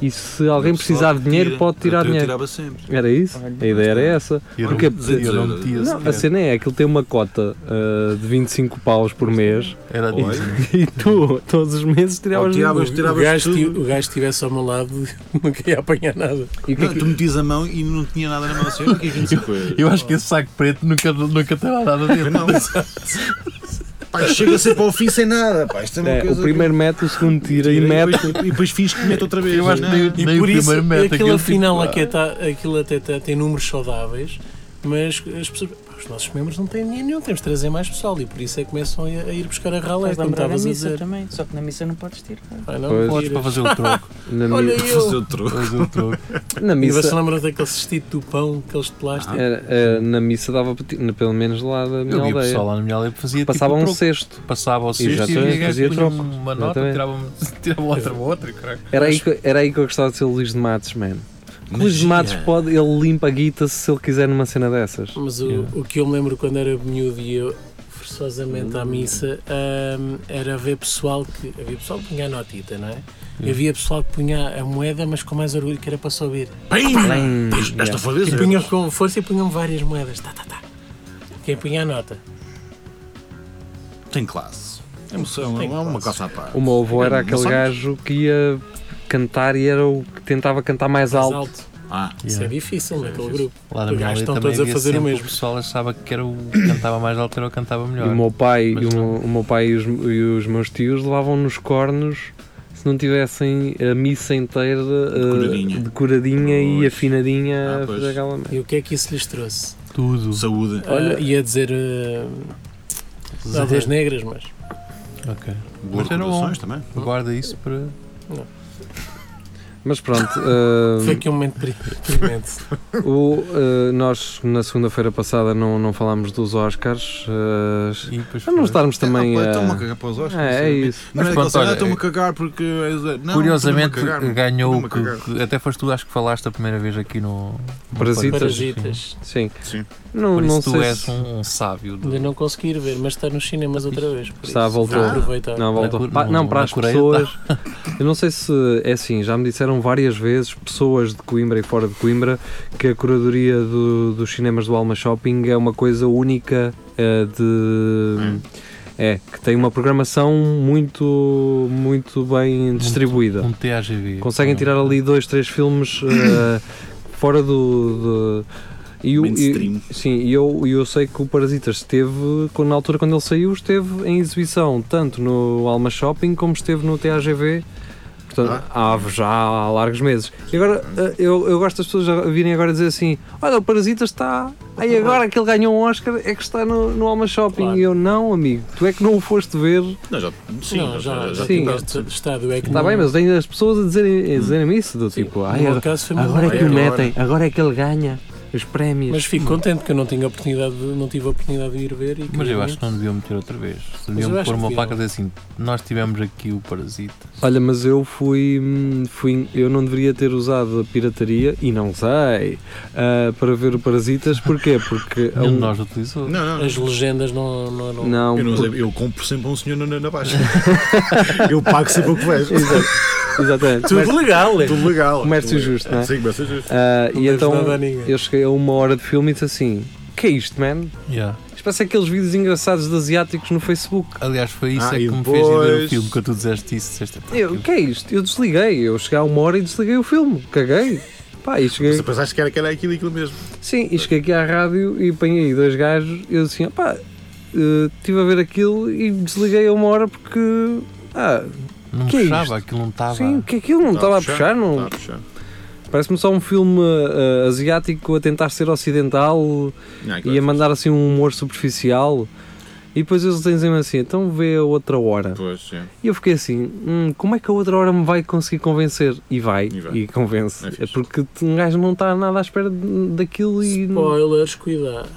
Speaker 2: e se alguém
Speaker 5: O pessoal
Speaker 2: precisar de
Speaker 5: que
Speaker 2: dinheiro
Speaker 5: tira.
Speaker 2: pode tirar
Speaker 5: eu, Eu
Speaker 2: dinheiro.
Speaker 5: tirava sempre.
Speaker 2: Era isso?
Speaker 3: Olha.
Speaker 2: A ideia era essa.
Speaker 6: e eu não-
Speaker 2: Porque-
Speaker 6: e eu não assim, metia
Speaker 2: Não, a
Speaker 6: sequer.
Speaker 2: cena é aquilo tem uma cota ah, de 25 paus por mês
Speaker 6: Era
Speaker 5: Olha.
Speaker 2: e tu todos os meses
Speaker 5: Ou
Speaker 2: tiravas.
Speaker 5: tiravas,
Speaker 4: O
Speaker 5: tiravas
Speaker 4: gajo, ti-
Speaker 5: tudo.
Speaker 4: o gajo estivesse ao meu lado, nunca ia apanhar nada.
Speaker 2: E o que é
Speaker 5: Não,
Speaker 2: que-
Speaker 5: tu metias a mão e não tinha nada na mão assim. Eu não quis 25 euros.
Speaker 6: Eu acho que esse saco preto nunca, nunca terá nada dentro.
Speaker 5: Não. Pá, chega sempre ao fim sem nada. Pá, isto é uma
Speaker 2: é,
Speaker 5: coisa
Speaker 2: o primeiro mete, o segundo tira e
Speaker 5: Tira
Speaker 2: mete.
Speaker 5: depois- E depois fins que mete outra vez.
Speaker 6: Eu acho que
Speaker 5: não
Speaker 6: nem,
Speaker 5: é?
Speaker 6: nem o
Speaker 4: Por isso,
Speaker 6: primeiro meta
Speaker 4: aquilo
Speaker 6: aquele tipo,
Speaker 4: afinal
Speaker 6: ah,
Speaker 4: até tá- aquilo até tá- tem números saudáveis, mas as pessoas. pá, Os nossos membros não têm dinheiro nenhum, temos de trazer mais pessoal e por isso é que começam a, a ir buscar a ralé,
Speaker 6: é
Speaker 3: Faz
Speaker 4: como
Speaker 3: lembrar a
Speaker 4: estavas a
Speaker 3: missa
Speaker 4: dizer.
Speaker 3: também, só que na missa não podes tirar.
Speaker 4: Ah,
Speaker 2: Pois.
Speaker 4: não,
Speaker 6: Podes
Speaker 4: podes
Speaker 6: para fazer o troco.
Speaker 2: Na, mi-
Speaker 4: Olha
Speaker 5: Fazer
Speaker 4: eu!
Speaker 5: o troco.
Speaker 6: fazer o troco.
Speaker 2: na
Speaker 4: E você
Speaker 2: missa.
Speaker 4: lembra daquele cestito do pão, aqueles de plástico?
Speaker 2: era- era- na missa dava para ti- na- pelo menos lá da minha
Speaker 6: Eu via
Speaker 2: aldeia.
Speaker 6: pessoal lá na minha aldeia que fazia
Speaker 2: Passava
Speaker 6: tipo,
Speaker 2: um
Speaker 6: troco.
Speaker 2: cesto.
Speaker 6: Passava ao cesto e
Speaker 2: Exatamente,
Speaker 6: havia gajo
Speaker 2: fazia
Speaker 6: que punha
Speaker 2: troco.
Speaker 6: uma nota,
Speaker 2: Exatamente.
Speaker 6: tirava, uma- tirava outra, uma outra, caraca.
Speaker 2: Era aí, que, era aí que eu gostava de ser o Luís de Matos, man. Que o Luís de
Speaker 5: Magia.
Speaker 2: Matos pode, ele limpa a guita se ele quiser numa cena dessas.
Speaker 4: Mas o,
Speaker 6: Yeah.
Speaker 4: o que eu me lembro quando era miúdo e eu forçosamente à missa ahm, era ver pessoal que. Havia pessoal que punha a notita, não é? E havia pessoal que punha a moeda, mas com mais orgulho que era para subir.
Speaker 2: Bem,
Speaker 5: Esta
Speaker 2: yeah.
Speaker 5: foi a vez.
Speaker 4: E
Speaker 5: eu-
Speaker 4: punham com força e punham várias moedas. Tá, tá, tá. Quem punha a nota?
Speaker 5: Tem classe. Emoção, é
Speaker 4: Tem
Speaker 5: uma
Speaker 4: classe.
Speaker 5: classe à parte.
Speaker 2: O meu avô era
Speaker 5: Não
Speaker 2: aquele
Speaker 5: sabes?
Speaker 2: gajo que ia cantar e era o que tentava cantar mais
Speaker 4: Mais
Speaker 2: alto.
Speaker 4: alto.
Speaker 5: Ah,
Speaker 4: Isso é
Speaker 6: Yeah.
Speaker 4: difícil naquele grupo.
Speaker 6: Lá na
Speaker 4: Os
Speaker 6: minha
Speaker 4: gajos
Speaker 6: aldeia
Speaker 4: estão
Speaker 6: também
Speaker 4: todos a
Speaker 6: havia
Speaker 4: fazer o
Speaker 6: sempre
Speaker 4: mesmo.
Speaker 6: O pessoal achava que era o que cantava mais alto era o que cantava melhor.
Speaker 2: E o meu pai,
Speaker 6: Mas
Speaker 2: e o,
Speaker 6: não.
Speaker 2: meu- o meu pai e os, e os meus tios levavam nos cornos se não tivessem a missa inteira eh,
Speaker 5: Decoradinha.
Speaker 2: decoradinha e
Speaker 5: Pois.
Speaker 2: afinadinha
Speaker 5: Ah,
Speaker 2: a
Speaker 5: pois.
Speaker 2: fazer aquela merda.
Speaker 4: E o que é que isso lhes trouxe?
Speaker 6: Tudo.
Speaker 5: saúde.
Speaker 4: Olha, ia dizer ah, arroz negras, mas.
Speaker 6: Ok.
Speaker 5: Boas
Speaker 6: era bom.
Speaker 5: recordações também.
Speaker 6: Guarda isso para.
Speaker 2: Mas pronto, eh,
Speaker 4: Foi aqui um momento pri- deprimente.
Speaker 2: o, eh, nós na segunda-feira passada não, não falámos dos Oscars. eh,
Speaker 6: E depois
Speaker 2: a não estarmos também
Speaker 5: Ah, pá,
Speaker 2: a.
Speaker 5: Estão-me a cagar para os Oscars.
Speaker 2: É, é
Speaker 5: sinceramente.
Speaker 2: isso.
Speaker 5: Não
Speaker 6: Mas
Speaker 5: é
Speaker 6: pronto,
Speaker 5: aquela cena,
Speaker 6: olha,
Speaker 5: ah, estão-me a cagar porque. é Não,
Speaker 6: Curiosamente
Speaker 5: estão-me a cagar, não.
Speaker 6: ganhou.
Speaker 5: Estão-me a
Speaker 6: que-
Speaker 5: cagar.
Speaker 6: que- até foste tu, acho que falaste a primeira vez aqui no. no
Speaker 2: Parasitas.
Speaker 6: Sim.
Speaker 4: Parasitas.
Speaker 2: Sim.
Speaker 5: Sim.
Speaker 2: Não,
Speaker 6: Por
Speaker 2: não
Speaker 6: isso tu
Speaker 2: sei.
Speaker 6: és
Speaker 2: se-
Speaker 6: um, um sábio. do-
Speaker 4: Ainda não consegui ir ver, mas está nos cinemas outra vez. por
Speaker 2: Está,
Speaker 4: isso,
Speaker 2: voltou.
Speaker 4: vou aproveitar.
Speaker 2: Não, voltou.
Speaker 6: Cor-
Speaker 2: Pa-
Speaker 6: no-
Speaker 2: não, para
Speaker 6: na
Speaker 2: as
Speaker 6: Coreia
Speaker 2: pessoas. Eu não sei se é assim, já me disseram várias vezes, pessoas de Coimbra e fora de Coimbra, que a curadoria do- dos cinemas do Alma Shopping é uma coisa única eh,
Speaker 6: Hum.
Speaker 2: de. É, que tem uma programação muito, muito bem distribuída.
Speaker 6: Um TAGV.
Speaker 2: Tipo, Conseguem tirar ali dois, três filmes eh, fora do. do- e o- e-
Speaker 5: Mainstream.
Speaker 2: sim, e eu, e eu sei que o Parasitas esteve, quando- na altura quando ele saiu, esteve em exibição tanto no Alma Shopping como esteve no TAGV. Portanto,
Speaker 4: Ah.
Speaker 2: há já há largos meses. E agora eh, eu, eu gosto das pessoas a virem agora dizer assim: Olha, o Parasitas está. Aí agora que ele ganhou um Oscar é que está no, no Alma Shopping.
Speaker 4: Claro.
Speaker 2: E eu, não, amigo, tu é que não o foste ver.
Speaker 5: Não, já. Sim,
Speaker 4: não, já, já
Speaker 2: tá? sim.
Speaker 4: tiveste estado. É que
Speaker 2: Está
Speaker 4: não-
Speaker 2: bem, mas ainda as pessoas a dizerem, a dizerem isso, do
Speaker 4: Sim,
Speaker 2: tipo,
Speaker 4: no
Speaker 2: "Ai,
Speaker 4: meu
Speaker 2: agora-
Speaker 4: caso foi uma
Speaker 2: Agora é que o
Speaker 4: boa.
Speaker 2: metem, agora é que ele ganha os prémios.
Speaker 4: Mas fico contente que eu não tinha oportunidade, de- não tive a oportunidade de ir ver. E
Speaker 6: Mas eu
Speaker 4: queria
Speaker 6: acho que não deviam meter outra vez.
Speaker 4: eu
Speaker 6: Deviam
Speaker 4: acho
Speaker 6: pôr
Speaker 4: que
Speaker 6: uma
Speaker 4: deviam.
Speaker 6: placa e dizer assim: Nós tivemos aqui o Parasita.
Speaker 2: Olha, mas eu fui, hum, fui. Eu não deveria ter usado a pirataria, e não sei, ah, para ver o Parasitas. Porquê? Muito Porque. a
Speaker 6: Nenhum de
Speaker 2: um-
Speaker 6: nós utilizou.
Speaker 5: Não, não.
Speaker 4: ver. As legendas não. não, não,
Speaker 2: Não,
Speaker 5: Eu, não
Speaker 2: por-
Speaker 5: sei, eu compro sempre a um senhor na- na, na baixa. eu pago sempre o que vejo.
Speaker 2: exatamente.
Speaker 4: Tudo legal, é.
Speaker 5: Tudo legal.
Speaker 2: Comércio
Speaker 5: Tudo legal.
Speaker 2: justo, não é?
Speaker 5: Sim, comércio justo.
Speaker 2: Ah,
Speaker 4: Não
Speaker 2: e
Speaker 4: deves
Speaker 2: então
Speaker 4: nada a ninguém.
Speaker 2: eu cheguei a uma hora de filme e disse assim: que é isto, man?
Speaker 6: Yeah.
Speaker 2: Isto parece aqueles vídeos engraçados de asiáticos no Facebook.
Speaker 6: Aliás, foi isso
Speaker 5: Ah,
Speaker 6: é
Speaker 5: e
Speaker 6: que me fez ir ver o
Speaker 5: depois-
Speaker 6: filme quando tu disseste isso. Disseste, "Epá,
Speaker 2: Eu, o que é isto? Eu desliguei. Eu cheguei a uma hora e desliguei o filme. Caguei. Pá, e cheguei,
Speaker 5: Mas pensaste que era, que era aquilo e aquilo mesmo.
Speaker 2: sim, e cheguei aqui à rádio e apanhei dois gajos. Eu assim, pá, estive a ver aquilo e desliguei a uma hora porque. Ah,
Speaker 6: não
Speaker 2: que é isto?
Speaker 6: puxava, aquilo não estava.
Speaker 2: sim, que é aquilo não estava a puxar, não.
Speaker 5: Estava a puxar.
Speaker 2: Parece-me só um filme ah, asiático a tentar ser ocidental
Speaker 5: Não, aquilo
Speaker 2: e a
Speaker 5: é-
Speaker 2: mandar assim um humor superficial. E depois eles dizem-me assim, então vê a outra hora.
Speaker 5: Pois, é.
Speaker 2: E eu fiquei assim, "Hum, como é que a outra hora me vai conseguir convencer? E vai, e,
Speaker 5: E vai.
Speaker 2: convence.
Speaker 5: É
Speaker 2: É,
Speaker 5: fixe.
Speaker 2: porque um gajo não está nada à espera de- daquilo e...
Speaker 4: Spoilers, cuidado.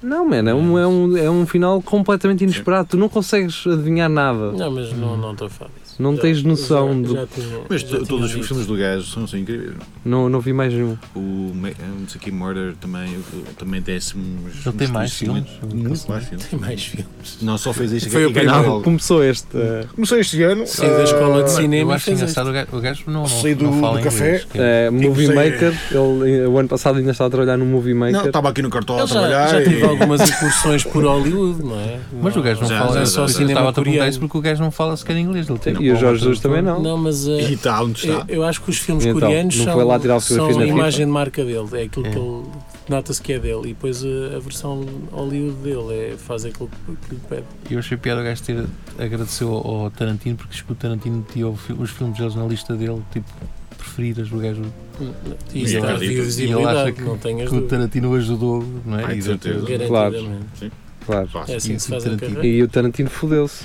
Speaker 2: Não, mano, é um, é, um, é um final completamente inesperado. Tu não consegues adivinhar nada.
Speaker 4: Não, mas não não estou a falar disso.
Speaker 2: Não tens noção
Speaker 4: já,
Speaker 2: do-
Speaker 4: já tinha-
Speaker 5: Mas
Speaker 4: já
Speaker 5: to-
Speaker 4: tinha
Speaker 5: todos os
Speaker 4: visto.
Speaker 5: filmes do gajo são assim incríveis.
Speaker 2: Não, não vi mais nenhum.
Speaker 5: O Ma- não sei que Murder também, também desce uns.
Speaker 6: Ele tem
Speaker 5: uns
Speaker 6: mais
Speaker 5: conhecimentos.
Speaker 6: filmes?
Speaker 5: Muito mais filmes.
Speaker 4: Tem mais filmes.
Speaker 5: Não só fez isto
Speaker 4: Foi
Speaker 5: aqui,
Speaker 4: o
Speaker 5: ganhou
Speaker 4: primeiro.
Speaker 5: logo.
Speaker 2: é Começou este... ah,
Speaker 7: Comecei este ano.
Speaker 4: Saí da
Speaker 7: ah,
Speaker 4: escola de
Speaker 6: Eu
Speaker 4: cinema e
Speaker 6: acho
Speaker 4: fez este.
Speaker 6: engraçado, o gajo, o gajo não, não,
Speaker 7: Saí do-
Speaker 6: não fala
Speaker 7: do café.
Speaker 6: inglês. que-
Speaker 2: É, Movie
Speaker 7: sei.
Speaker 2: Maker, ele, eh, o ano passado ainda estava a trabalhar no Movie Maker.
Speaker 5: Não, tá- estava aqui no cartão a
Speaker 4: Ele já,
Speaker 5: trabalhar.
Speaker 4: já teve
Speaker 5: e-
Speaker 4: algumas incursões por Hollywood, não é?
Speaker 6: Mas o gajo não
Speaker 5: Já,
Speaker 6: fala
Speaker 5: já,
Speaker 6: eu
Speaker 5: já, já.
Speaker 6: Estava a perguntar
Speaker 4: Coreano.
Speaker 6: isso porque o gajo não fala sequer inglês. Ele tem
Speaker 2: e o Jorge Jesus também não.
Speaker 4: Não, mas eh,
Speaker 5: E está onde
Speaker 4: eu,
Speaker 5: está.
Speaker 4: eu acho que os filmes
Speaker 2: Então,
Speaker 4: coreanos
Speaker 2: não
Speaker 4: são,
Speaker 2: foi lá tirar a fotografia
Speaker 4: são
Speaker 2: na
Speaker 4: a
Speaker 2: FIFA?
Speaker 4: imagem de marca dele, é aquilo
Speaker 6: É.
Speaker 4: que ele nota-se que é dele. E depois eh, a versão Hollywood dele é fazer aquilo que- que lhe pede.
Speaker 6: Eu achei piada o gajo ter agradeceu ao ao Tarantino porque diz que o Tarantino tinha o fi- os filmes deles na lista dele, tipo, preferidas do gajo.
Speaker 4: E
Speaker 5: E
Speaker 4: isso
Speaker 5: acredito.
Speaker 4: dá
Speaker 6: E ele acha
Speaker 4: visibilidade,
Speaker 6: que-
Speaker 4: não tenhas
Speaker 6: Que o
Speaker 4: dúvida.
Speaker 6: Tarantino o ajudou, não é?
Speaker 5: Ai, de
Speaker 6: E deu-
Speaker 5: certeza.
Speaker 6: deu-
Speaker 4: Garantidamente.
Speaker 2: Claro.
Speaker 5: Fácil.
Speaker 4: É assim que se faz a
Speaker 6: Tarantino.
Speaker 4: carreira.
Speaker 2: E o Tarantino fodeu-se.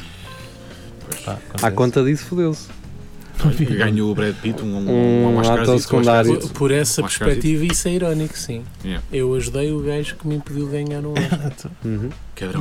Speaker 6: pá,
Speaker 2: À
Speaker 6: acontece.
Speaker 2: conta disso, fodeu-se.
Speaker 5: Ganhou o Brad Pitt, um, um,
Speaker 2: Um
Speaker 5: um Oscar.
Speaker 2: ator secundário.
Speaker 4: Por, por essa
Speaker 5: Mais
Speaker 4: perspectiva, isso é irónico, sim.
Speaker 5: Yeah.
Speaker 4: Eu ajudei o gajo que me impediu de ganhar um Oscar.
Speaker 2: Uhum.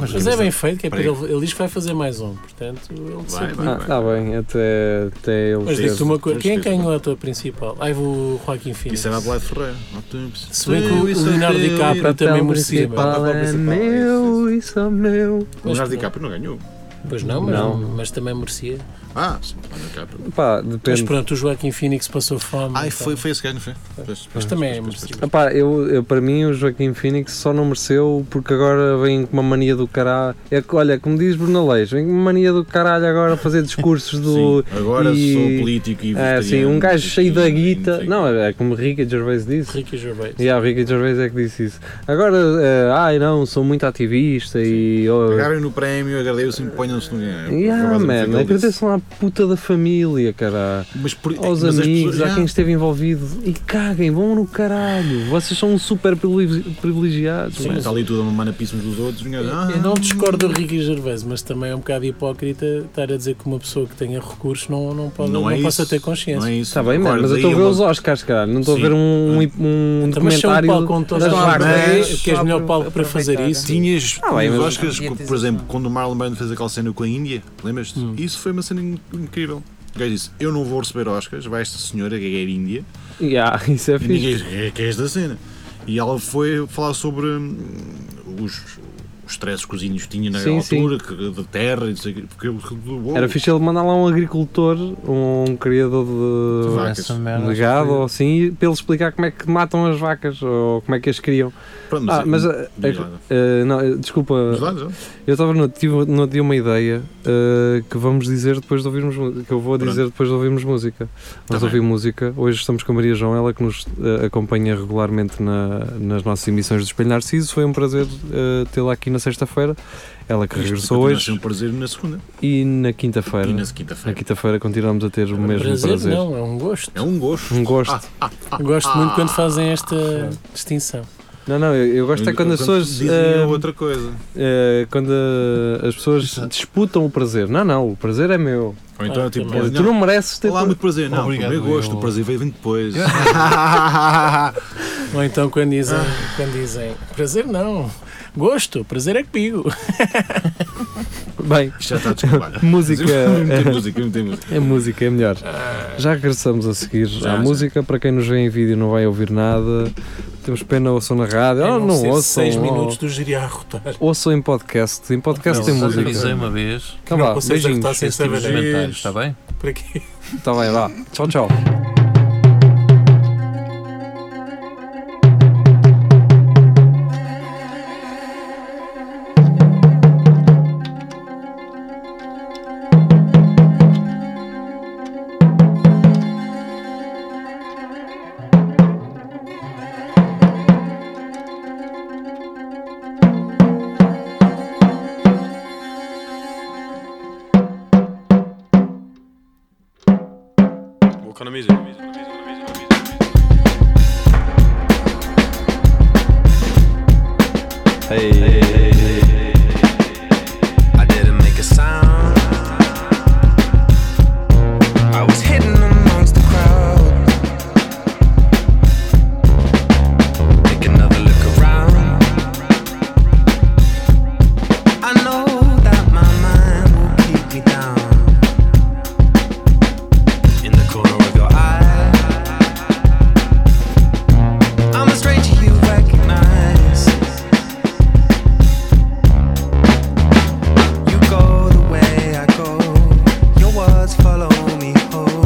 Speaker 5: Mas,
Speaker 4: Mas é bem feito, que é
Speaker 5: Para
Speaker 4: porque ele, ele diz que vai fazer mais um, portanto, ele de
Speaker 5: Vai,
Speaker 4: certeza.
Speaker 5: vai.
Speaker 2: Ah, tá bem, até, até ele
Speaker 4: Mas
Speaker 2: ter-
Speaker 4: digo-te uma coisa,
Speaker 5: Vamos
Speaker 4: quem é que
Speaker 5: ver.
Speaker 4: ganhou o ator principal? Ai, vou o Joaquim Phoenix.
Speaker 5: Isso é era Adelaide Ferreira. Não tem-
Speaker 4: Se bem que o
Speaker 5: Isso
Speaker 4: Leonardo
Speaker 5: tem-
Speaker 4: DiCaprio-
Speaker 2: Papel
Speaker 4: também merecia,
Speaker 2: principal
Speaker 5: papel
Speaker 2: é
Speaker 5: principal,
Speaker 2: meu, isso é meu.
Speaker 5: O Leonardo DiCaprio não ganhou.
Speaker 4: Pois não, mas,
Speaker 2: Não.
Speaker 4: mas também merecia.
Speaker 5: Ah, sim, o Leonardo DiCaprio.
Speaker 2: Pá,
Speaker 4: Mas
Speaker 2: depende.
Speaker 4: pronto, o Joaquim Phoenix passou fome.
Speaker 5: Ai,
Speaker 4: então.
Speaker 5: foi, foi esse gajo, não foi? Pois,
Speaker 4: Mas
Speaker 5: pois,
Speaker 4: também é
Speaker 5: pois, pois,
Speaker 4: merecido.
Speaker 2: Ah
Speaker 5: pois,
Speaker 2: pá, eu, eu, para mim o Joaquim Phoenix só não mereceu porque agora vem com uma mania do caralho. É, que, olha, como diz Bruno Leix, vem com uma mania do caralho agora fazer discursos do.
Speaker 5: Sim, agora
Speaker 2: tipo, e-
Speaker 5: sou político e
Speaker 2: É, assim, um gajo cheio da guita. Não, é, é como Ricky Gervais disse.
Speaker 4: Ricky Gervais.
Speaker 2: E yeah, o Ricky Gervais é que disse isso. Agora, eh, ai não, sou muito ativista e. oh,
Speaker 5: Agarrem no prémio, agradeçam e ponham-se no ganho.
Speaker 2: Yeah, man, agradeçam à puta da família, cara.
Speaker 5: Mas por,
Speaker 2: Aos
Speaker 5: mas as
Speaker 2: amigos,
Speaker 5: pessoas-
Speaker 2: a quem esteve envolvido. E caguem, vão no caralho. Vocês são um super privilegi- privilegiados,
Speaker 5: Sim,
Speaker 2: man.
Speaker 5: está ali tudo a mamar na pizza uns dos outros. um gajo, ah,
Speaker 4: Eu não discordo do Ricky Gervais, mas também é um bocado hipócrita estar a dizer que uma pessoa que tenha recursos não, não, pode, não,
Speaker 5: é
Speaker 4: possa
Speaker 5: isso,
Speaker 4: ter
Speaker 5: Não
Speaker 4: consciência.
Speaker 5: é isso.
Speaker 2: Está Tá bem, mano,
Speaker 5: Agora,
Speaker 2: mas eu
Speaker 5: daí
Speaker 2: estou a ver
Speaker 5: uma-
Speaker 2: os Oscars, caralho. Não estou a
Speaker 5: Sim.
Speaker 2: ver um, um, um
Speaker 4: Mas se é um
Speaker 2: documentário
Speaker 4: palco onde toda
Speaker 2: das
Speaker 4: a gente
Speaker 2: vacas.
Speaker 5: vacas.
Speaker 4: vê, que és o melhor palco para fazer
Speaker 3: Aproveitar,
Speaker 4: isso.
Speaker 5: Tinhas
Speaker 2: Ah, bem,
Speaker 5: os
Speaker 2: mas-
Speaker 5: Oscars,
Speaker 3: Havia
Speaker 5: co- por
Speaker 3: tesouro.
Speaker 5: exemplo, quando o Marlon Brando fez aquela cena com a Índia, lembras-te?
Speaker 4: Hum.
Speaker 5: Isso foi uma cena in- incrível. O gajo disse: Eu não vou receber Oscars, vai esta senhora que é Índia.
Speaker 2: Yeah, isso é
Speaker 5: E
Speaker 2: fixe.
Speaker 5: ninguém diz: "Que é que é esta cena? E ela foi falar sobre hum, os os stresses que os índios tinham na
Speaker 2: Sim, sim.
Speaker 5: altura, que- da terra, e não sei o quê, porque eu-
Speaker 2: Era fixe ele mandar lá um agricultor, um criador de,
Speaker 5: Vacas.
Speaker 6: Essa merda,
Speaker 2: de gado ou assim, para ele explicar como é que matam as vacas ou como é que as criam.
Speaker 5: Pronto,
Speaker 2: Ah, mas. ah,
Speaker 5: diz lá.
Speaker 2: ah, ah, não, ah, desculpa,
Speaker 5: Mas lá, já.
Speaker 2: eu estava no, tive no outro dia uma ideia ah, que vamos dizer depois de ouvirmos mu- que eu vou
Speaker 5: Pronto. Tá
Speaker 2: dizer depois de ouvirmos música. Vamos
Speaker 5: bem.
Speaker 2: ouvir música. Hoje estamos com a Maria João, ela que nos ah, acompanha regularmente na- nas nossas emissões do Espelho Narciso. Foi um prazer ah, tê-la aqui na sexta-feira. Ela que
Speaker 5: Isto
Speaker 2: regressou
Speaker 5: continua a
Speaker 2: hoje
Speaker 5: ser um prazer na segunda
Speaker 2: e na
Speaker 5: e
Speaker 2: quinta-feira.
Speaker 5: na
Speaker 2: Na
Speaker 5: quinta-feira.
Speaker 2: quinta-feira continuamos a ter o mesmo
Speaker 4: prazer,
Speaker 2: prazer.
Speaker 4: não, é um gosto.
Speaker 5: É um gosto.
Speaker 2: Um gosto.
Speaker 5: Ah,
Speaker 4: Gosto muito quando fazem esta distinção.
Speaker 2: Não, não, eu, eu
Speaker 5: Um
Speaker 2: gosto é quando as pessoas.
Speaker 5: dizem
Speaker 2: ah,
Speaker 5: outra coisa.
Speaker 2: ah, quando ah, as pessoas disputam o prazer. Não, não, o prazer é meu.
Speaker 5: Ou então
Speaker 4: Ah,
Speaker 5: é tipo,
Speaker 4: também.
Speaker 5: não,
Speaker 2: tu não mereces ter.
Speaker 5: olá,
Speaker 2: prazer.
Speaker 5: muito prazer. Não,
Speaker 6: Obrigado,
Speaker 5: primeiro gosto,
Speaker 6: eu-
Speaker 5: o prazer veio vem depois.
Speaker 4: Ou então quando dizem,
Speaker 5: Ah.
Speaker 4: quando dizem prazer não, gosto, prazer é comigo.
Speaker 2: Bem,
Speaker 5: Isto já está desculpado.
Speaker 2: música.
Speaker 5: Não tem música, não tem música.
Speaker 2: É música, é melhor. Já regressamos a seguir
Speaker 5: Já,
Speaker 2: à
Speaker 5: já.
Speaker 2: música. Para quem nos vê em vídeo não vai ouvir nada. Temos pena, ouçam na rádio. Ah,
Speaker 4: A
Speaker 2: não,
Speaker 4: É ser
Speaker 2: ouçam.
Speaker 4: seis
Speaker 2: ou-
Speaker 4: minutos do giri a rotar.
Speaker 2: Ouçam em podcast. Em podcast tem
Speaker 6: Não,
Speaker 2: música.
Speaker 6: avisei uma vez
Speaker 2: Então
Speaker 4: Não
Speaker 2: vá,
Speaker 4: consegues
Speaker 2: beijinhos.
Speaker 4: arrotar sem
Speaker 6: esse tipo de
Speaker 4: saber.
Speaker 6: comentários, está bem?
Speaker 4: Para quê?
Speaker 2: Tá bem, vá. Tchau, tchau.
Speaker 8: Economiza, economiza, economiza, economiza, economiza.
Speaker 9: I didn't make a sound. I was hidden amongst the crowd. Take another look around. I know that my mind will keep me down. In the corner of your eye, I'm a stranger you recognize. You go the way I go. Your words follow me home.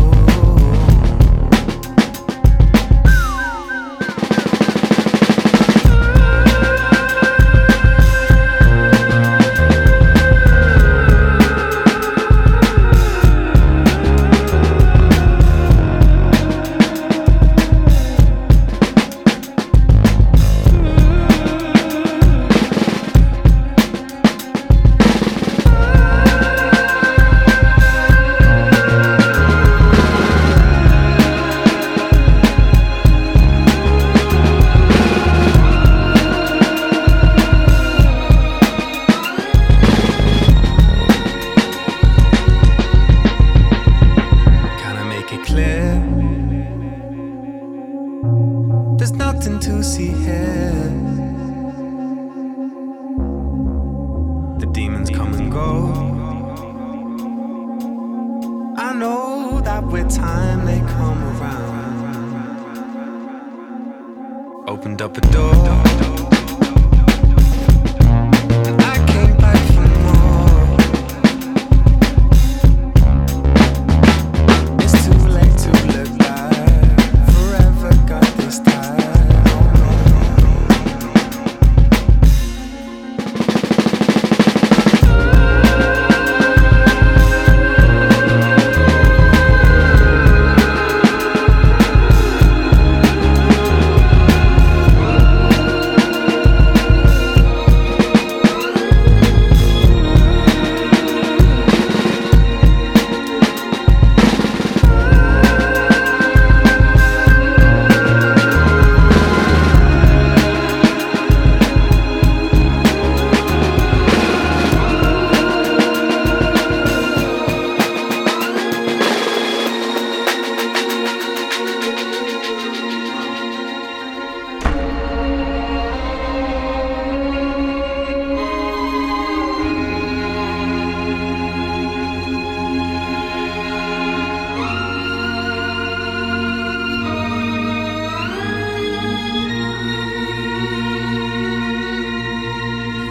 Speaker 9: Can I make it clear? There's nothing to see here. The demons come and go. I know that with time they come around. Opened up a door. and I came back for more. It's too late to look back. Forever got this time.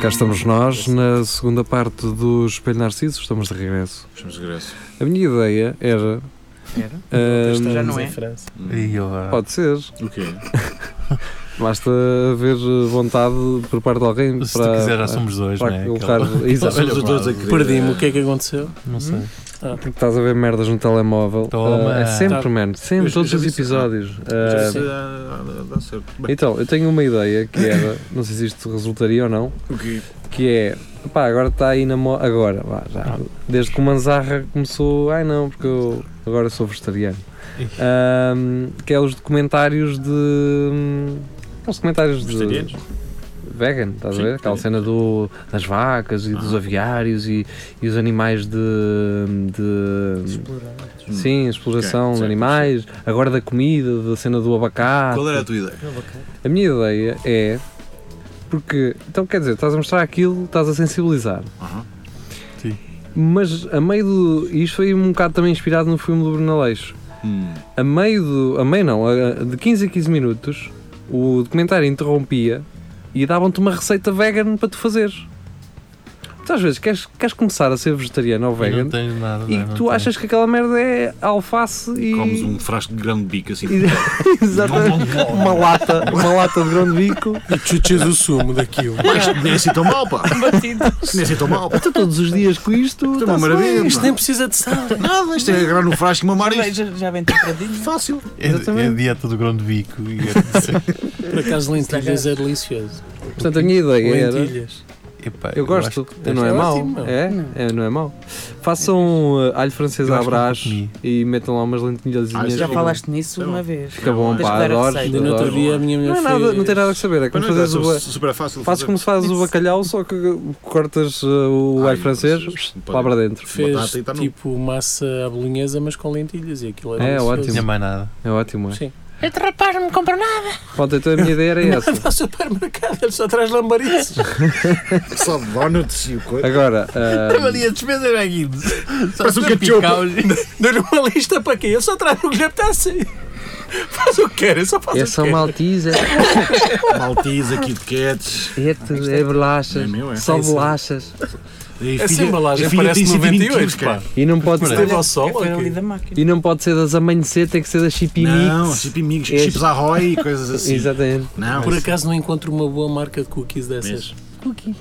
Speaker 2: Cá estamos nós na segunda parte do Espelho Narciso, estamos de regresso.
Speaker 5: Estamos de regresso.
Speaker 2: A minha ideia era.
Speaker 3: Era?
Speaker 2: ahm,
Speaker 3: Já não é?
Speaker 4: Em França.
Speaker 6: E eu, ah,
Speaker 2: Pode ser.
Speaker 5: O quê?
Speaker 2: Basta haver vontade por parte de alguém
Speaker 6: se tu
Speaker 2: para.
Speaker 6: quiser, já somos dois,
Speaker 2: para
Speaker 6: não é?
Speaker 2: colocar.
Speaker 6: Aquela-
Speaker 2: Exato.
Speaker 5: Somos os dois a querer.
Speaker 4: Perdi-me, o que é que aconteceu?
Speaker 6: Não
Speaker 2: Hum?
Speaker 6: sei.
Speaker 2: Porque estás a ver merdas no telemóvel.
Speaker 6: Toma.
Speaker 2: Ah, é sempre,
Speaker 4: Tá.
Speaker 2: mano.
Speaker 5: Eu
Speaker 2: Sempre,
Speaker 5: já-
Speaker 2: todos
Speaker 5: já
Speaker 2: os
Speaker 5: vi isso.
Speaker 2: episódios.
Speaker 5: Já
Speaker 2: Ah,
Speaker 5: sei, ah, ah, dá certo. Bem,
Speaker 2: então, eu tenho uma ideia que era. Não sei se isto resultaria ou não.
Speaker 5: o quê?
Speaker 2: que é pá, agora está aí na moda. Agora, vá,
Speaker 5: Ah.
Speaker 2: já. Desde que o Manzarra começou, ai não, porque eu agora sou vegetariano. Ahm, que é os documentários de. Aqueles documentários
Speaker 5: Vegetarianos?
Speaker 2: de. Vegan, estás
Speaker 5: Sim, Ah.
Speaker 2: a ver? Aquela
Speaker 5: vegetarianos,
Speaker 2: cena do, das vacas e dos aviários e, e os animais de. de
Speaker 3: Explorar.
Speaker 2: sim, exploração
Speaker 5: Ok,
Speaker 2: de
Speaker 5: certo,
Speaker 2: animais, agora da comida, da cena do abacate.
Speaker 5: Qual era a tua ideia?
Speaker 2: A minha ideia é. Porque, então quer dizer, estás a mostrar aquilo, estás a sensibilizar.
Speaker 5: Aham.
Speaker 6: Sim.
Speaker 2: Mas a meio do. Isto foi um bocado também inspirado no filme do Brunaleixo.
Speaker 5: Hum.
Speaker 2: A meio do. A meio não, a- de 15 a 15 minutos, o documentário interrompia e davam-te uma receita vegan para tu fazeres. Tu às vezes queres, queres começar a ser vegetariano ou
Speaker 6: E
Speaker 2: vegan
Speaker 6: Não tens nada.
Speaker 2: e
Speaker 6: não é?
Speaker 2: tu
Speaker 6: Não tens.
Speaker 2: achas que aquela merda é alface e.
Speaker 5: Comes um frasco de grão de bico assim.
Speaker 2: E- Exatamente. Uma lata, uma lata de grão de bico.
Speaker 4: E chuches o sumo daquilo.
Speaker 5: Isto nem é assim tão mal, pá! Isto nem é assim tão mal, pá!
Speaker 2: Tu Então todos os dias com isto.
Speaker 5: Isto é uma maravilha!
Speaker 4: Isto
Speaker 5: pá.
Speaker 4: nem precisa de sal.
Speaker 5: Nada, isto é agarrar no frasco e mamar
Speaker 3: Já,
Speaker 5: isto.
Speaker 3: já, já vem temperadinho.
Speaker 5: Fácil!
Speaker 6: É, é a dieta do grão de bico. E é-
Speaker 4: Por acaso lentilhas é delicioso.
Speaker 2: Portanto, a minha ideia era.
Speaker 4: Lentilhas.
Speaker 6: Epá,
Speaker 2: Eu gosto,
Speaker 6: acho
Speaker 2: eu não é
Speaker 4: é
Speaker 2: mau.
Speaker 4: ótimo, meu.
Speaker 2: É, é, não é mau. Façam uh, alho francês
Speaker 6: Eu
Speaker 2: à
Speaker 6: acho que
Speaker 2: brás
Speaker 6: comi.
Speaker 2: e metam lá umas lentilhas.
Speaker 5: Ah, isso
Speaker 2: Já
Speaker 5: é
Speaker 3: Já
Speaker 5: bom.
Speaker 2: falaste.
Speaker 5: falar-
Speaker 3: falaste nisso
Speaker 5: Tá bom.
Speaker 3: uma vez.
Speaker 2: Fica bom,
Speaker 3: Tens
Speaker 2: pá,
Speaker 3: que dar a
Speaker 2: adoro.
Speaker 3: receita.
Speaker 4: Ainda no outro
Speaker 2: adoro.
Speaker 4: dia a minha mulher
Speaker 2: Não, é nada,
Speaker 4: fez-
Speaker 2: não tem nada a saber. É
Speaker 5: Mas
Speaker 2: como
Speaker 5: não é
Speaker 2: fazes o. ba-
Speaker 5: super fácil.
Speaker 2: Fazes
Speaker 5: de fazer.
Speaker 2: como se fazes o bacalhau, só que cortas uh, o
Speaker 5: Ai,
Speaker 2: alho francês
Speaker 5: vocês-
Speaker 2: lá para dentro.
Speaker 5: Batata e
Speaker 4: Fez
Speaker 5: tá nu.
Speaker 4: tipo massa à bolonhesa, mas com lentilhas e aquilo
Speaker 2: É,
Speaker 4: delicioso.
Speaker 6: que
Speaker 2: ótimo.
Speaker 6: Não tinha mais nada.
Speaker 2: É ótimo, é?
Speaker 4: Sim.
Speaker 6: Este rapaz não me compra nada.
Speaker 2: Pronto, então a minha ideia era essa.
Speaker 4: Vai ao supermercado, ele só traz lambarices.
Speaker 5: Só donuts e o coisa.
Speaker 2: Agora, uh,
Speaker 6: a despesa era aqui.
Speaker 5: Parece um ketchup.
Speaker 4: Dou-lhe uma lista para quê? Ele só traz o que lhe apetece. Faz o que quer, eu só faço
Speaker 2: é
Speaker 4: o
Speaker 2: só
Speaker 4: que quer.
Speaker 2: maltese,
Speaker 5: Maltese, Kit Kats.
Speaker 2: é, tetas, é bolachas,
Speaker 5: É meu, é?
Speaker 2: só
Speaker 4: Sim, sim.
Speaker 2: bolachas.
Speaker 5: E
Speaker 4: Essa
Speaker 5: filha-
Speaker 4: embalagem
Speaker 5: a filha
Speaker 4: parece
Speaker 5: tem 120
Speaker 4: 98,
Speaker 5: quilos,
Speaker 4: pá.
Speaker 5: cara.
Speaker 2: E não pode
Speaker 4: Esteve
Speaker 2: ser,
Speaker 4: ao sol ou
Speaker 3: Foi
Speaker 4: quê?
Speaker 3: ali da máquina.
Speaker 2: e não pode ser das amanhecer, tem que ser das chipimix.
Speaker 5: Não, chipimix,
Speaker 2: Este-
Speaker 5: chips arroy e coisas assim.
Speaker 2: Exatamente.
Speaker 5: Não, assim,
Speaker 4: Por
Speaker 5: isso-
Speaker 4: acaso não encontro uma boa marca de cookies dessas?
Speaker 5: Mesmo.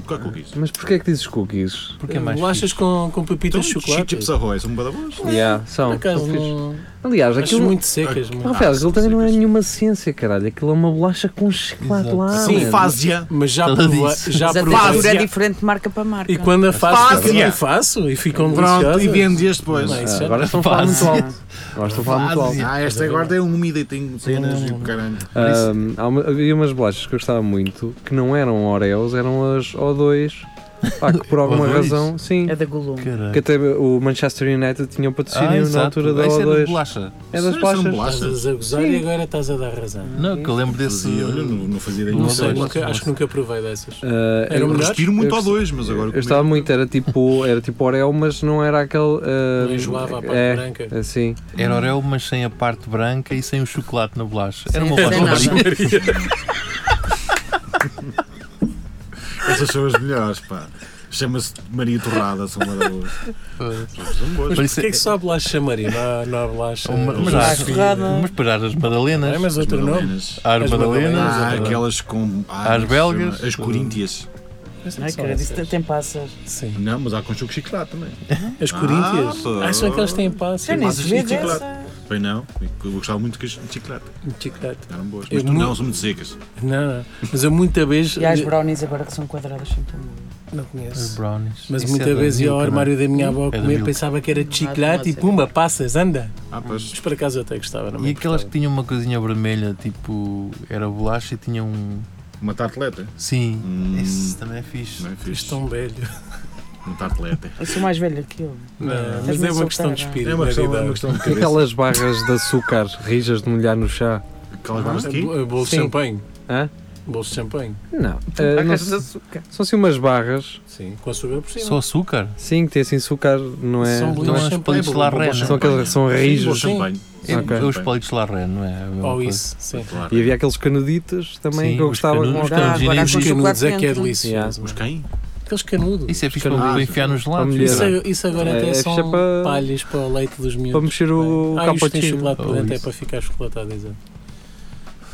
Speaker 5: Qual é que eu quis?
Speaker 2: Mas porquê é que dizes cookies?
Speaker 6: Porque é mais fixe.
Speaker 4: Bolachas com, com
Speaker 5: Então,
Speaker 4: pepitas de chocolate?
Speaker 5: chips arroy, são badabos.
Speaker 2: Yeah,
Speaker 4: Por
Speaker 2: são.
Speaker 4: acaso
Speaker 2: são fixe.
Speaker 4: não...
Speaker 2: Aliás,
Speaker 4: Achas
Speaker 2: aquilo.
Speaker 4: muito secas,
Speaker 5: Ah,
Speaker 4: mano.
Speaker 2: Rafael, aquilo também não é
Speaker 5: secas.
Speaker 2: nenhuma ciência, caralho. Aquilo é uma bolacha com chocolate
Speaker 6: Exato.
Speaker 2: lá.
Speaker 5: São
Speaker 2: mano.
Speaker 5: fásia.
Speaker 4: Mas já
Speaker 6: Ela
Speaker 4: provei.
Speaker 6: disse.
Speaker 4: Já
Speaker 3: Mas a
Speaker 4: provei.
Speaker 3: textura é diferente de marca para marca.
Speaker 4: E quando a faço,
Speaker 5: Fácil.
Speaker 4: também faço e ficam
Speaker 5: Pronto,
Speaker 4: deliciosas.
Speaker 5: e vendes depois.
Speaker 4: Não, isso
Speaker 2: Ah,
Speaker 4: é-
Speaker 2: agora estão a falar muito
Speaker 6: Fásia.
Speaker 2: alto. Agora estão a falar muito alto.
Speaker 6: Fásia.
Speaker 5: Ah, esta agora tem úmida e tem cenas e o caralho.
Speaker 2: Ahm, há uma- havia umas bolachas que eu gostava muito que não eram Oreos, eram as O2. Pá, que por alguma
Speaker 6: O2?
Speaker 2: razão, sim.
Speaker 3: É da Golum.
Speaker 2: Que
Speaker 6: Caralho.
Speaker 2: até o Manchester United tinha um
Speaker 6: Ah,
Speaker 2: patrocínio na
Speaker 6: exato.
Speaker 2: altura da
Speaker 6: Isso era de
Speaker 2: O2.
Speaker 6: bolacha.
Speaker 2: É das
Speaker 5: São
Speaker 2: bolachas.
Speaker 5: bolachas.
Speaker 4: Estás a gozar e agora estás a dar razão.
Speaker 6: Não, que eu lembro desse.
Speaker 5: Fazia, olha, não, não fazia ideia
Speaker 4: Não
Speaker 5: nenhuma.
Speaker 4: sei,
Speaker 6: sei,
Speaker 4: nunca-
Speaker 6: não
Speaker 4: acho que
Speaker 6: sei.
Speaker 4: nunca provei dessas.
Speaker 2: Ah,
Speaker 4: Era
Speaker 2: eu-
Speaker 4: melhor?
Speaker 5: Respiro
Speaker 2: Eu
Speaker 5: muito ao
Speaker 2: gost-
Speaker 5: dois, mas agora
Speaker 2: Eu gostava
Speaker 5: comigo-
Speaker 2: muito, era tipo, era tipo Oreo, mas não era aquele. ah,
Speaker 4: Não enjoava a parte
Speaker 2: é,
Speaker 4: branca.
Speaker 2: Assim.
Speaker 6: Era Oreo, mas sem a parte branca e sem o chocolate na bolacha. Era uma
Speaker 3: Sem
Speaker 6: bolacha.
Speaker 3: nada.
Speaker 6: marinha.
Speaker 5: Essas são as melhores, pá. Chama-se Maria Torrada, são badabos. São boas.
Speaker 6: Mas
Speaker 4: Por
Speaker 6: isso
Speaker 4: que
Speaker 6: é-
Speaker 4: é que só a bolacha chamaria? Não, não há bolacha.
Speaker 6: Uma- Mas
Speaker 4: Não há
Speaker 6: há-
Speaker 4: Sofia.
Speaker 3: é?
Speaker 6: mas para as Madalenas.
Speaker 4: É, mas outro nome.
Speaker 5: Madalenas.
Speaker 6: Há as
Speaker 4: As
Speaker 6: Madalenas.
Speaker 4: Madalenas.
Speaker 5: Ah,
Speaker 4: é verdade.
Speaker 5: aquelas com.
Speaker 6: Às
Speaker 5: Ah, não sei,
Speaker 6: belgas.
Speaker 5: As Coríntias.
Speaker 6: é.
Speaker 3: Ai, cara, disse que tem passas.
Speaker 4: Sim.
Speaker 5: Não, mas há com choco chiclete também.
Speaker 4: As Coríntias?
Speaker 5: pô.
Speaker 4: Ah, são aquelas que têm passe.
Speaker 3: Já nem
Speaker 5: passas
Speaker 3: se
Speaker 5: de
Speaker 3: vê
Speaker 5: chocolate.
Speaker 3: dessa.
Speaker 5: Bem, não. Eu gostava muito de chiclete.
Speaker 4: Chocolate.
Speaker 5: Eram boas.
Speaker 4: Eu
Speaker 5: Mas tu
Speaker 4: mu-
Speaker 5: não, são muito secas.
Speaker 4: Não, não. Mas eu muita vez. eh,
Speaker 3: E há as brownies agora que são quadradas são tão boas.
Speaker 4: Não
Speaker 6: As
Speaker 4: conheço.
Speaker 6: brownies.
Speaker 4: Mas
Speaker 6: Isso é
Speaker 4: muita
Speaker 6: da
Speaker 4: vez ia ao
Speaker 6: Milka, não é?
Speaker 4: armário da minha avó
Speaker 6: da
Speaker 4: comer,
Speaker 6: Milka.
Speaker 4: pensava que era de chocolate e
Speaker 3: não sei.
Speaker 4: pumba, passas, anda.
Speaker 5: Ah, pois.
Speaker 4: Mas por acaso eu até gostava, não me
Speaker 6: E aquelas que
Speaker 4: importava.
Speaker 6: tinham uma coisinha vermelha, tipo, era bolacha e tinham um.
Speaker 5: Uma tarteleta.
Speaker 6: Sim,
Speaker 5: Hum.
Speaker 6: esse também é fixe.
Speaker 5: Não é
Speaker 4: És
Speaker 5: fixe.
Speaker 4: tão velho.
Speaker 5: Uma tarteleta.
Speaker 3: Eu sou mais velha que eu.
Speaker 4: Não,
Speaker 3: Mas
Speaker 4: mas é uma
Speaker 3: sou
Speaker 4: questão de
Speaker 3: cara.
Speaker 4: espírito.
Speaker 5: É uma
Speaker 4: na
Speaker 5: questão, é
Speaker 4: realidade.
Speaker 5: uma questão de
Speaker 2: E
Speaker 5: cabeça.
Speaker 2: aquelas barras de açúcar rijas de molhar no chá?
Speaker 5: Aquelas barras de quê?
Speaker 4: É bo- Bolo de
Speaker 2: Sim.
Speaker 4: champanhe.
Speaker 2: Hã?
Speaker 4: Bolo de champanhe.
Speaker 2: Não. Ah, não
Speaker 6: Barras
Speaker 2: se- são assim umas barras.
Speaker 4: Sim. Com açúcar por cima.
Speaker 6: Só açúcar?
Speaker 2: Sim, que tem assim açúcar, não é?
Speaker 4: São
Speaker 2: não
Speaker 6: Não
Speaker 2: é-
Speaker 4: bolinhas.
Speaker 6: é
Speaker 4: champanhe,
Speaker 6: os palitos de
Speaker 4: bolo- bolo
Speaker 6: larré,
Speaker 4: de
Speaker 2: são
Speaker 6: não
Speaker 2: aqueles são
Speaker 5: Sim, bolo
Speaker 2: rijos.
Speaker 5: de champanhe.
Speaker 6: é?
Speaker 5: Sim,
Speaker 6: É
Speaker 5: bolo
Speaker 6: os
Speaker 5: de
Speaker 6: palitos de larré, não é? a mesma
Speaker 4: Ou
Speaker 6: coisa.
Speaker 4: isso, sim.
Speaker 5: champanhe.
Speaker 2: E havia aqueles canuditos também
Speaker 6: Sim,
Speaker 2: que eu
Speaker 6: os
Speaker 2: gostava de
Speaker 6: canudos.
Speaker 2: comprar.
Speaker 5: Tá
Speaker 3: Agora, agora há
Speaker 6: Os
Speaker 3: com
Speaker 4: Aqueles canudos
Speaker 3: chocolate
Speaker 4: é que é
Speaker 3: dentro.
Speaker 4: delicioso.
Speaker 5: Os
Speaker 4: mano.
Speaker 5: quem?
Speaker 4: Aqueles canudos.
Speaker 6: Isso é fixe para
Speaker 5: Ah,
Speaker 6: para enfiar nos lábios.
Speaker 2: mulher.
Speaker 4: Isso, é- isso agora
Speaker 2: É,
Speaker 4: até
Speaker 2: é
Speaker 4: são
Speaker 2: ficha para-
Speaker 4: palhas para o leite dos miúdos.
Speaker 2: Para mexer o
Speaker 4: ah, isto tem
Speaker 2: cappuccino.
Speaker 4: chocolate por
Speaker 6: Ou
Speaker 4: dentro, é
Speaker 6: isso.
Speaker 4: para ficar chocolatado, exato.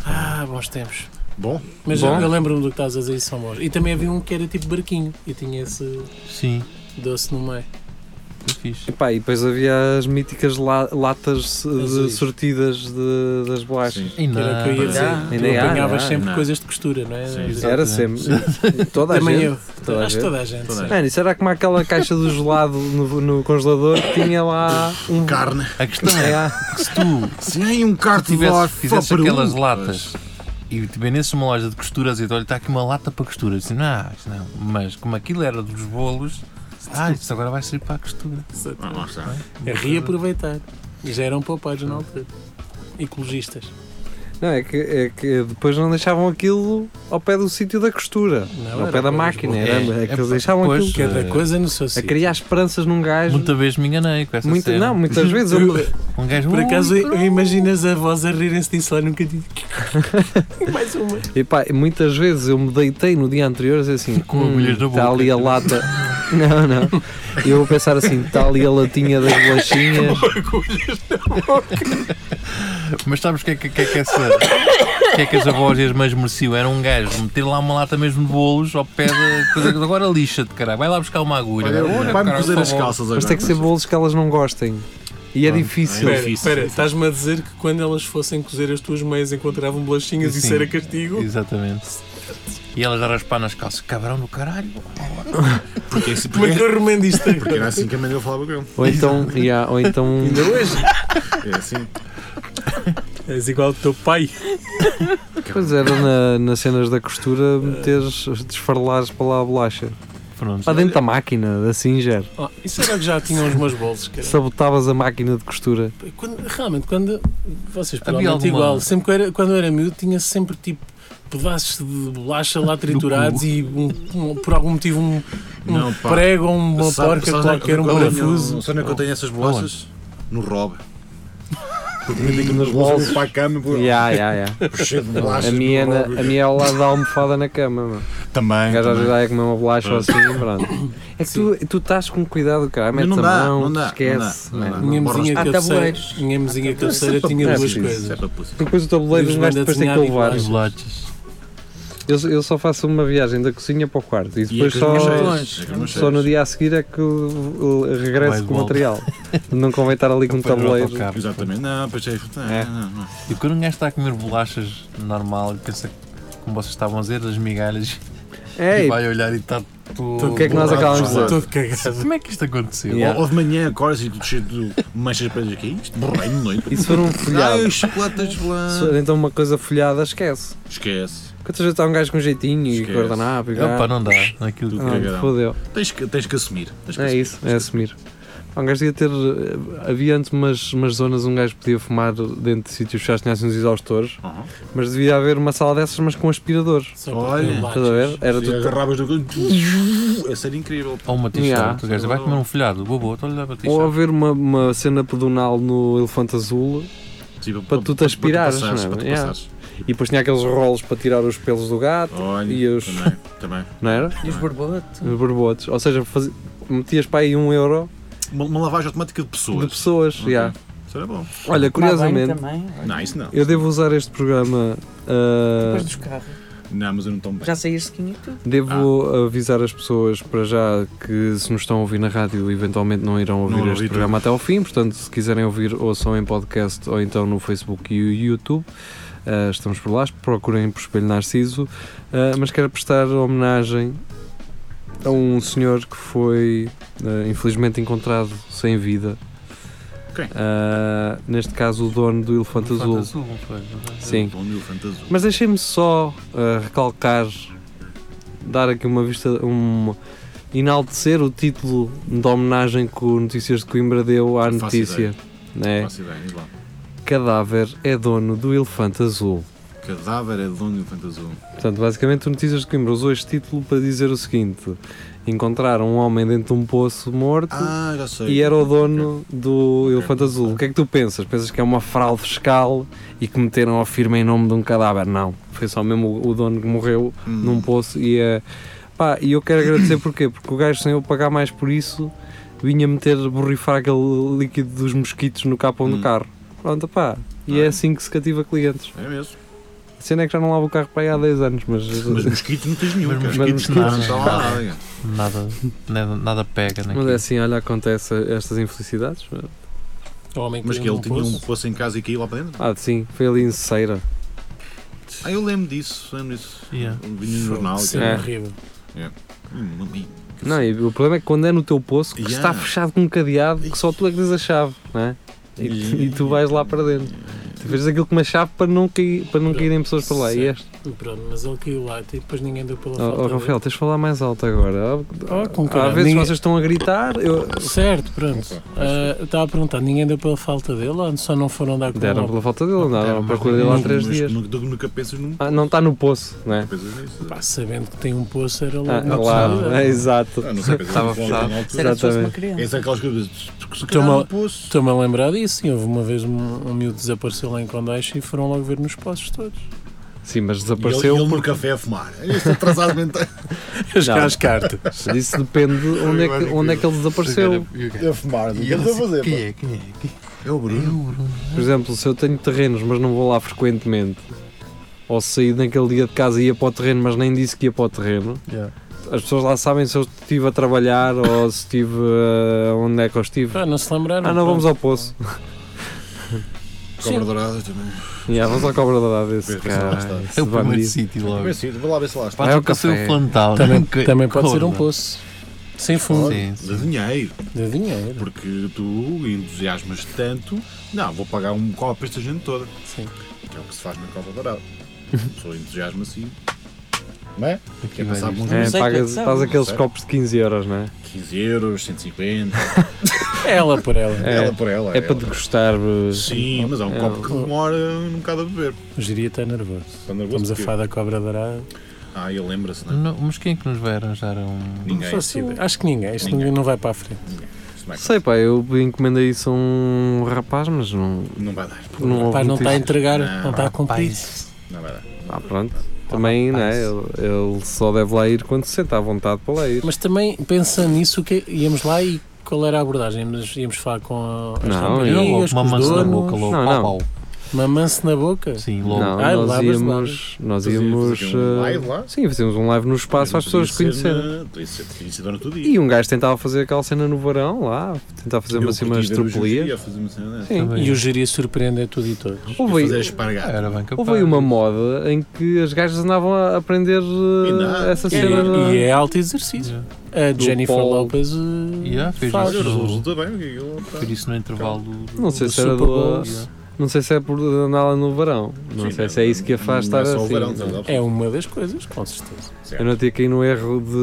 Speaker 4: Ah, bons tempos.
Speaker 5: Bom,
Speaker 4: Mas
Speaker 2: Bom.
Speaker 4: eu lembro-me do que estás a dizer, são bons. E também havia um que era tipo barquinho e tinha esse
Speaker 6: é- Sim,
Speaker 4: doce no meio.
Speaker 6: é fixe.
Speaker 2: Epá, e depois havia as míticas la- latas eh, de
Speaker 4: Azuis.
Speaker 2: sortidas de- das bolachas.
Speaker 5: sim.
Speaker 6: E
Speaker 4: Que era o que eu
Speaker 6: não,
Speaker 4: ia
Speaker 2: Ah,
Speaker 5: Ainda
Speaker 4: dizer.
Speaker 3: há,
Speaker 4: Tu
Speaker 2: ainda há, é?
Speaker 4: apanhavas
Speaker 2: ainda há,
Speaker 4: sempre
Speaker 5: ainda há.
Speaker 4: coisas de costura, não é?
Speaker 5: Sim,
Speaker 4: Era-
Speaker 2: Era
Speaker 6: Exatamente.
Speaker 2: sempre. Toda a
Speaker 4: também
Speaker 2: gente.
Speaker 4: eu.
Speaker 2: toda a
Speaker 4: Acho
Speaker 2: gente.
Speaker 4: que toda a gente.
Speaker 5: Toda a
Speaker 4: sim.
Speaker 2: Mano, isso era como aquela caixa do gelado no, no congelador que tinha lá um.
Speaker 5: Carne.
Speaker 6: a questão
Speaker 2: É,
Speaker 6: é
Speaker 2: ah,
Speaker 6: que se tu
Speaker 5: Sim, um cartão
Speaker 6: tivesse, fizesse aquelas latas e te vendesse uma loja de costuras e te olha, está aqui uma lata para costuras, assim, não, isto não. Mas como aquilo era dos bolos, ah, isto agora vai servir para a costura.
Speaker 5: Ah, lá está.
Speaker 4: É reaproveitar. E já eram poupados na altura. Ecologistas.
Speaker 2: Não, é que, é que depois não deixavam aquilo ao pé do sítio da costura.
Speaker 4: Não,
Speaker 2: ao
Speaker 4: era
Speaker 2: pé da
Speaker 4: para
Speaker 2: máquina.
Speaker 4: os
Speaker 2: Era,
Speaker 6: bolos.
Speaker 2: é que eles
Speaker 6: É,
Speaker 2: deixavam
Speaker 6: pois,
Speaker 2: aquilo.
Speaker 4: Cada
Speaker 6: Eh,
Speaker 4: coisa no seu
Speaker 2: A
Speaker 4: sítio.
Speaker 2: criar esperanças num gajo.
Speaker 6: Muita vez me enganei com essa
Speaker 2: Muita-
Speaker 6: cena.
Speaker 2: não, muitas vezes eu,
Speaker 4: Eu-
Speaker 6: Um gajo,
Speaker 4: Por
Speaker 6: "Ui,
Speaker 4: acaso eu- eu imagino as avós a rirem-se disso lá num cantinho. Mais uma.
Speaker 2: Epá, muitas vezes eu me deitei no dia anterior a dizer assim,
Speaker 6: Com agulhas
Speaker 2: Está
Speaker 6: na boca."
Speaker 2: ali a lata. não, não. Eu vou pensar assim, está ali a latinha das bolachinhas.
Speaker 6: Mas sabes o que é que, que é que essa. o que é que as avós e as mães mereciam? Era um gajo meter lá uma lata mesmo de bolos ao pé da coisa. Agora lixa-te, caralho. Vai lá buscar uma agulha.
Speaker 5: Olha,
Speaker 6: Olha,
Speaker 5: Vai-me
Speaker 6: caralho,
Speaker 5: cozer
Speaker 6: por
Speaker 5: as
Speaker 6: favor.
Speaker 5: calças agora.
Speaker 2: Mas tem que ser bolos que elas não gostem. E é
Speaker 6: Pronto,
Speaker 2: difícil.
Speaker 5: é
Speaker 4: Espera,
Speaker 5: difícil.
Speaker 4: espera, estás-me a dizer que quando elas fossem cozer as tuas mães encontravam bolachinhas e
Speaker 6: Sim.
Speaker 4: isso era castigo?
Speaker 6: Exatamente. E ela já raspar nas calças. Cabrão do caralho.
Speaker 5: Porque, é assim-
Speaker 4: Como é que
Speaker 5: porque,
Speaker 4: eu remendo isto
Speaker 5: porque era assim que a mãe dele falava com ele.
Speaker 2: Ou então, yeah, ou então
Speaker 4: Ainda hoje?
Speaker 5: É assim.
Speaker 4: És igual ao teu pai.
Speaker 2: pois era na, nas cenas da costura meteres, desfarelares para lá a bolacha.
Speaker 6: Pronto.
Speaker 2: Para dentro da máquina, da Singer.
Speaker 4: Oh, isso era o que já tinham os meus bolsos, cara.
Speaker 2: Sabotavas a máquina de costura.
Speaker 4: Quando- realmente, quando. Vocês,
Speaker 6: Havia
Speaker 4: provavelmente,
Speaker 6: alguma-
Speaker 4: igual. Sempre que eu era, quando eu era miúdo, tinha sempre tipo pedaços de bolacha lá triturados e um- um- por algum motivo um, um
Speaker 5: Não, pá.
Speaker 4: prego ou uma
Speaker 5: Sabe-
Speaker 4: porca
Speaker 5: sabes onde é-
Speaker 4: qualquer, um
Speaker 5: qual é o
Speaker 4: parafuso.
Speaker 5: meu- Sabe onde é que eu tenho essas bolachas? No Rob. Porque me digo
Speaker 2: Nos
Speaker 5: nas bolsas
Speaker 2: bolsos.
Speaker 5: vou para a cama pô,
Speaker 2: Yeah, yeah, yeah.
Speaker 5: cheio de
Speaker 2: A
Speaker 5: bolachas.
Speaker 2: minha, é
Speaker 5: no
Speaker 2: na-
Speaker 5: Rob.
Speaker 2: a minha é ao lado da almofada na cama, mano. O
Speaker 5: Também.
Speaker 2: Um gajo às
Speaker 5: também.
Speaker 2: vezes vai comer uma bolacha
Speaker 5: Ah.
Speaker 2: ou assim, pronto. É que tu, tu estás com cuidado, cara. Metes
Speaker 5: não
Speaker 2: a
Speaker 5: dá,
Speaker 2: mão,
Speaker 5: não dá,
Speaker 2: esquece.
Speaker 5: não dá, não
Speaker 2: man.
Speaker 5: dá.
Speaker 4: Minha
Speaker 5: Borras-
Speaker 4: mesinha
Speaker 3: Há
Speaker 4: cabeceira,
Speaker 3: tabuleiros.
Speaker 4: minha mesinha cabeceira tinha
Speaker 2: É
Speaker 4: duas
Speaker 2: preciso,
Speaker 5: Isso é
Speaker 4: coisas.
Speaker 5: para pussy.
Speaker 2: E Depois o tabuleiro
Speaker 4: E os
Speaker 2: dos gajos depois tem que
Speaker 4: bandas
Speaker 2: levar.
Speaker 4: desenhadas
Speaker 6: Bolachas.
Speaker 2: Eu, eu só faço uma viagem da cozinha para o quarto e
Speaker 5: E é
Speaker 2: depois
Speaker 5: que
Speaker 2: só,
Speaker 5: as minhas cheias, é que as minhas
Speaker 2: só no
Speaker 5: cheias.
Speaker 2: dia a seguir é que eu- eu
Speaker 6: Vai
Speaker 2: regresso
Speaker 6: de
Speaker 2: com o
Speaker 6: volta.
Speaker 2: material. Não convém estar ali com um
Speaker 6: Põe no
Speaker 2: tabuleiro.
Speaker 6: autocarro.
Speaker 5: Exatamente. Não, pois é. não,
Speaker 2: É.
Speaker 5: não, não.
Speaker 6: E quando um gajo está a comer bolachas normal, pensa como vocês estavam a dizer, das migalhas, e
Speaker 2: Ei,
Speaker 6: vai olhar e está tudo.
Speaker 2: o que é que nós acabamos de dizer?
Speaker 4: Todo cagado.
Speaker 6: Como é que isto aconteceu?
Speaker 2: Yeah.
Speaker 5: Ou, ou de manhã acordas e tu cheio de manchas pretas aqui. é Isto borrei de noite.
Speaker 2: e se for um folhado?
Speaker 5: Ai, chocolates
Speaker 2: Se
Speaker 5: lá.
Speaker 2: for então uma coisa folhada, esquece.
Speaker 5: Esquece.
Speaker 2: Quantas vezes está um gajo com jeitinho e
Speaker 5: Esquece. é
Speaker 2: guardanapo e
Speaker 6: Opa,
Speaker 2: caralho?
Speaker 6: não dá. Aquilo que
Speaker 5: não
Speaker 2: Ah,
Speaker 5: cagadão.
Speaker 2: Fodeu.
Speaker 5: Tens que, tens que assumir. Tens que
Speaker 2: É
Speaker 5: assumir.
Speaker 2: isso, é assumir. Pá, Um gajo devia ter. eh, Havia antes umas, umas zonas onde um gajo podia fumar dentro de sítios que já tinhassem uns exaustores,
Speaker 5: Uhum.
Speaker 2: mas devia haver uma sala dessas, mas com aspiradores.
Speaker 4: Só um
Speaker 5: Olha,
Speaker 4: para
Speaker 2: Estás a ver?
Speaker 4: bolachas.
Speaker 2: Era tipo,
Speaker 5: Se
Speaker 2: tudo.
Speaker 5: agarravas do canto. Essa era é incrível.
Speaker 6: Ou uma t-shirt.
Speaker 2: Yeah.
Speaker 6: O gajo vai comer um folhado. Bobo, estou a olhar para a
Speaker 2: Ou
Speaker 6: t-shirt.
Speaker 2: haver uma, uma cena pedonal no Elefante Azul
Speaker 5: Sim,
Speaker 2: Para tu te aspirares,
Speaker 5: passares,
Speaker 2: não é?
Speaker 5: Tipo, Para tu
Speaker 2: Yeah.
Speaker 5: passares.
Speaker 2: e depois tinha aqueles rolos para tirar os pelos do gato,
Speaker 5: Olha,
Speaker 2: E os-
Speaker 5: também, também.
Speaker 2: não era?
Speaker 5: E os
Speaker 3: borboletos.
Speaker 2: Os borbotes. Ou seja, faz- metias para aí um euro
Speaker 5: Uma, uma lavagem automática de pessoas.
Speaker 2: de pessoas.
Speaker 5: Ok.
Speaker 2: yeah.
Speaker 5: Isso era bom.
Speaker 2: Olha, curiosamente,
Speaker 3: Também,
Speaker 5: Não, isso não.
Speaker 2: eu devo usar este programa. ah,
Speaker 3: depois dos carros.
Speaker 5: Não, mas eu não tomo bem.
Speaker 3: Já saíste skin e tudo.
Speaker 2: Devo avisar as pessoas para já que se nos estão a ouvir na rádio, eventualmente não irão ouvir
Speaker 5: Não vão
Speaker 2: este
Speaker 5: ouvir
Speaker 2: programa até ao fim, portanto, se quiserem ouvir, ouçam em podcast ou então no Facebook e o YouTube. Ah, estamos por lá, procurem por Espelho Narciso. Ah, mas quero prestar homenagem a um senhor que foi ah, infelizmente encontrado sem vida.
Speaker 5: Quem?
Speaker 2: Ah, neste caso, o dono do Elefante Azul.
Speaker 6: não foi? Não é?
Speaker 2: Sim.
Speaker 5: Bom, meu fantasma.
Speaker 2: Mas deixem-me só uh, recalcar, dar aqui uma vista, um, enaltecer o título de homenagem que o Notícias de Coimbra deu à
Speaker 5: Faço
Speaker 2: notícia.
Speaker 5: ideia.
Speaker 2: Né?
Speaker 5: Faço ideia, diz lá.
Speaker 2: Cadáver é dono do elefante azul.
Speaker 5: Cadáver é dono de um fantasma.
Speaker 2: Portanto, basicamente o Notícias de Coimbra usou este título para dizer o seguinte: encontraram um homem dentro de um poço morto.
Speaker 5: Ah, já sei.
Speaker 2: E era o dono do
Speaker 5: Ok.
Speaker 2: Elefante Azul. O que é que tu pensas? Pensas que é uma fraude fiscal e que meteram a firma em nome de um cadáver? Não. Foi só mesmo o- o dono que morreu
Speaker 5: Hum.
Speaker 2: num poço e é. Pá, e eu quero agradecer porquê? Porque o gajo, sem eu pagar mais por isso, vinha meter, borrifar aquele líquido dos mosquitos no capão do
Speaker 5: Hum.
Speaker 2: carro. Pronto, pá. E
Speaker 5: Ah.
Speaker 2: é assim que se cativa clientes.
Speaker 5: É mesmo.
Speaker 2: A cena é que já não lavo o carro para aí há 10 anos, mas.
Speaker 5: Mas mosquitos não tens nenhum,
Speaker 6: Mas
Speaker 5: cara.
Speaker 6: mosquitos
Speaker 5: não.
Speaker 6: não.
Speaker 5: Não está lá nada, cara.
Speaker 6: Nada, nada, nada pega
Speaker 2: Mas é
Speaker 6: naquilo.
Speaker 2: assim, olha, acontece estas infelicidades.
Speaker 4: O É homem
Speaker 5: Mas que
Speaker 4: caiu
Speaker 5: ele
Speaker 4: num
Speaker 5: tinha um
Speaker 4: poço.
Speaker 5: poço em casa e caiu lá para dentro.
Speaker 2: Ah, sim, foi ali em Ceira.
Speaker 5: Ah, eu lembro disso, lembro disso.
Speaker 6: Yeah.
Speaker 5: Vinha no jornal.
Speaker 4: Que
Speaker 5: cara.
Speaker 2: É.
Speaker 4: cena horrível.
Speaker 5: Hum, mami.
Speaker 2: Não, e o problema é que quando é no teu poço que
Speaker 5: Yeah.
Speaker 2: está fechado com um cadeado que só tu é que tens a chave, não é? E, tu- e tu vais lá para dentro. Tu fazes aquilo com uma chave para não, cair, para não caírem pessoas para lá. E este?
Speaker 4: Pronto, mas ele caiu lá e depois ninguém deu pela
Speaker 2: Oh,
Speaker 4: falta.
Speaker 2: oh,
Speaker 4: dele.
Speaker 2: Rafael, tens de falar mais alto agora.
Speaker 4: Oh, com
Speaker 2: Há
Speaker 4: caralho.
Speaker 2: vezes
Speaker 4: Ninguém-
Speaker 2: vocês estão a gritar, eu...
Speaker 4: Certo, pronto. Ah, eu Estava a perguntar, ninguém deu pela falta dele ou só não foram dar com
Speaker 2: deram
Speaker 4: ele?
Speaker 2: pela falta dele, andaram à
Speaker 6: deram, mas
Speaker 2: procura dele há
Speaker 5: Mas-
Speaker 2: três
Speaker 5: um mas
Speaker 2: dias.
Speaker 5: Nunca, nunca pensas num.
Speaker 2: Ah, não está no poço, não é?
Speaker 5: Pensas nisso.
Speaker 4: Pá, sabendo que tem um poço, era logo
Speaker 2: Ah,
Speaker 4: uma
Speaker 2: claro,
Speaker 4: possibilidade.
Speaker 2: é exato.
Speaker 5: Ah, não sei, pensas
Speaker 6: Estava
Speaker 5: num
Speaker 6: fechado.
Speaker 5: na altura.
Speaker 3: Será que fosse uma
Speaker 2: Exatamente.
Speaker 3: criança?
Speaker 5: Essa é aquelas coisas. Se
Speaker 4: Estou-me
Speaker 5: calhar
Speaker 4: a-
Speaker 5: no poço.
Speaker 4: Estou-me a lembrar disso, sim. Houve uma vez um, um miúdo desapareceu lá em Condeixa e foram logo ver nos poços todos.
Speaker 2: Sim, mas
Speaker 5: E ele, e
Speaker 2: desapareceu
Speaker 5: ele no
Speaker 2: porque...
Speaker 5: café a fumar. Este atrasado mental.
Speaker 4: As
Speaker 2: Não.
Speaker 4: caras cartas.
Speaker 2: Isso depende onde é que, onde é que ele desapareceu.
Speaker 6: E o gajo-
Speaker 5: a fumar. O que
Speaker 6: e
Speaker 5: ele
Speaker 6: ele
Speaker 5: está a
Speaker 6: assim,
Speaker 5: fazer?
Speaker 6: Quem
Speaker 5: pá?
Speaker 6: é? Quem é? Quem
Speaker 5: É o
Speaker 6: é?
Speaker 5: Bruno.
Speaker 6: o Bruno.
Speaker 2: Por exemplo, se eu tenho terrenos, mas não vou lá frequentemente, ou se saí naquele dia de casa e ia para o terreno, mas nem disse que ia para o terreno,
Speaker 6: Yeah.
Speaker 2: as pessoas lá sabem se eu estive a trabalhar ou se
Speaker 6: Ah,
Speaker 2: estive. eh, onde é que eu estive.
Speaker 4: Pá, não se lembraram.
Speaker 2: Ah, não,
Speaker 4: pronto.
Speaker 2: vamos ao poço.
Speaker 5: Cobra dourada também.
Speaker 2: Yeah, vamos à cobra dourada desse
Speaker 5: Vê se lá
Speaker 2: cara.
Speaker 5: está.
Speaker 2: esse
Speaker 6: É o primeiro
Speaker 2: bandido.
Speaker 6: sítio logo.
Speaker 5: Bem, sim, vou lá ver se lá está.
Speaker 2: Vai ao
Speaker 6: Pode ser
Speaker 2: É café.
Speaker 6: o plantal. é
Speaker 4: Também,
Speaker 6: Que-
Speaker 4: também pode ser um
Speaker 6: corno.
Speaker 4: poço. Sem fundo.
Speaker 6: Sim,
Speaker 5: De dinheiro,
Speaker 4: De é dinheiro.
Speaker 5: porque tu entusiasmas tanto. Não, vou pagar um copo para esta gente toda.
Speaker 4: Sim.
Speaker 5: Que é o que se faz na Cova Dourada. A pessoa entusiasma assim. Não é?
Speaker 6: Aqui
Speaker 5: Quer
Speaker 6: vai
Speaker 5: passar
Speaker 6: isto.
Speaker 5: uns
Speaker 2: É,
Speaker 3: sei
Speaker 2: pagas,
Speaker 3: quanto são.
Speaker 2: faz aqueles
Speaker 5: Não sei.
Speaker 2: copos de 15 euros, não é?
Speaker 5: 15 euros, 150.
Speaker 4: Ela por ela.
Speaker 2: É,
Speaker 5: ela por ela.
Speaker 2: É para
Speaker 5: ela.
Speaker 2: degustar. eh,
Speaker 5: um- Sim, mas é um
Speaker 2: É.
Speaker 5: copo que demora um bocado a beber.
Speaker 4: O Jiri está nervoso.
Speaker 5: Está nervoso
Speaker 4: Estamos a
Speaker 5: porque-
Speaker 4: falar da cobra dourada.
Speaker 5: Ah, ele lembra-se, não é?
Speaker 6: Não, mas quem é que nos vai arranjar
Speaker 2: Hum,
Speaker 6: um.
Speaker 5: Ninguém.
Speaker 4: Não faço ideia. Acho que ninguém. Isto
Speaker 5: Ninguém.
Speaker 4: não vai para a frente.
Speaker 5: Isto não, é
Speaker 2: Sei, pá, eu encomendei isso a um rapaz, mas não.
Speaker 5: não vai dar.
Speaker 2: Não houve
Speaker 4: Pá, não está a
Speaker 2: notícia.
Speaker 4: entregar,
Speaker 5: Não,
Speaker 4: não, está a cumprir.
Speaker 6: Rapaz.
Speaker 5: Não vai dar.
Speaker 2: Ah, pronto.
Speaker 6: Ah,
Speaker 2: Também, não é? Ele, ele só deve lá ir quando se sente à vontade para lá ir.
Speaker 4: Mas também, pensando nisso, o que é- íamos lá e qual era a abordagem? Íamos, íamos falar com as
Speaker 2: Não,
Speaker 4: raparigas,
Speaker 6: Eu não logo,
Speaker 4: com
Speaker 6: uma
Speaker 4: os
Speaker 6: maçã na
Speaker 4: donos,
Speaker 6: boca logo.
Speaker 2: Não, não.
Speaker 6: Pau, pau.
Speaker 4: mamance na boca?
Speaker 6: Sim, logo.
Speaker 2: Não,
Speaker 4: Ah,
Speaker 2: nós
Speaker 4: lavas,
Speaker 2: íamos. Nós
Speaker 5: Fazer-
Speaker 2: íamos.
Speaker 5: fazer um
Speaker 2: eh,
Speaker 5: live lá?
Speaker 2: Sim, fazíamos um live no espaço para as pessoas
Speaker 5: Podia ser né?
Speaker 2: conhecerem.
Speaker 5: na- Podia ser, podia ser durante o dia.
Speaker 2: E um gajo tentava fazer aquela cena no verão lá, tentava fazer
Speaker 5: um
Speaker 2: uma, assim, umas tropelias. Sim.
Speaker 6: Também. Ah,
Speaker 4: E o Jiri surpreende a tudo e todos.
Speaker 2: Houve,
Speaker 5: Fazer
Speaker 2: aí-
Speaker 5: espargata.
Speaker 6: Era bem capaz.
Speaker 2: houve aí uma moda em que as gajas andavam a aprender eh,
Speaker 5: E nada.
Speaker 2: essa
Speaker 4: E,
Speaker 2: cena. da-
Speaker 4: e é alto exercício. A
Speaker 2: É. Do
Speaker 4: Jennifer
Speaker 2: Paul.
Speaker 4: Lopez uh,
Speaker 6: Yeah, fez
Speaker 4: faz.
Speaker 5: Olha,
Speaker 6: isso.
Speaker 5: resulta bem. o que é que ele
Speaker 6: Por
Speaker 5: está-
Speaker 6: isso no intervalo do.
Speaker 2: Não sei
Speaker 4: do
Speaker 2: se era
Speaker 4: Super
Speaker 2: do.
Speaker 4: Bowl.
Speaker 2: Não sei se é por andar lá no verão. Não
Speaker 5: Sim,
Speaker 2: sei se é isso que a faz
Speaker 5: não
Speaker 2: estar
Speaker 5: é só o
Speaker 2: assim.
Speaker 5: verão, não
Speaker 4: É uma das coisas, com certeza.
Speaker 2: Eu não tinha caído no erro de.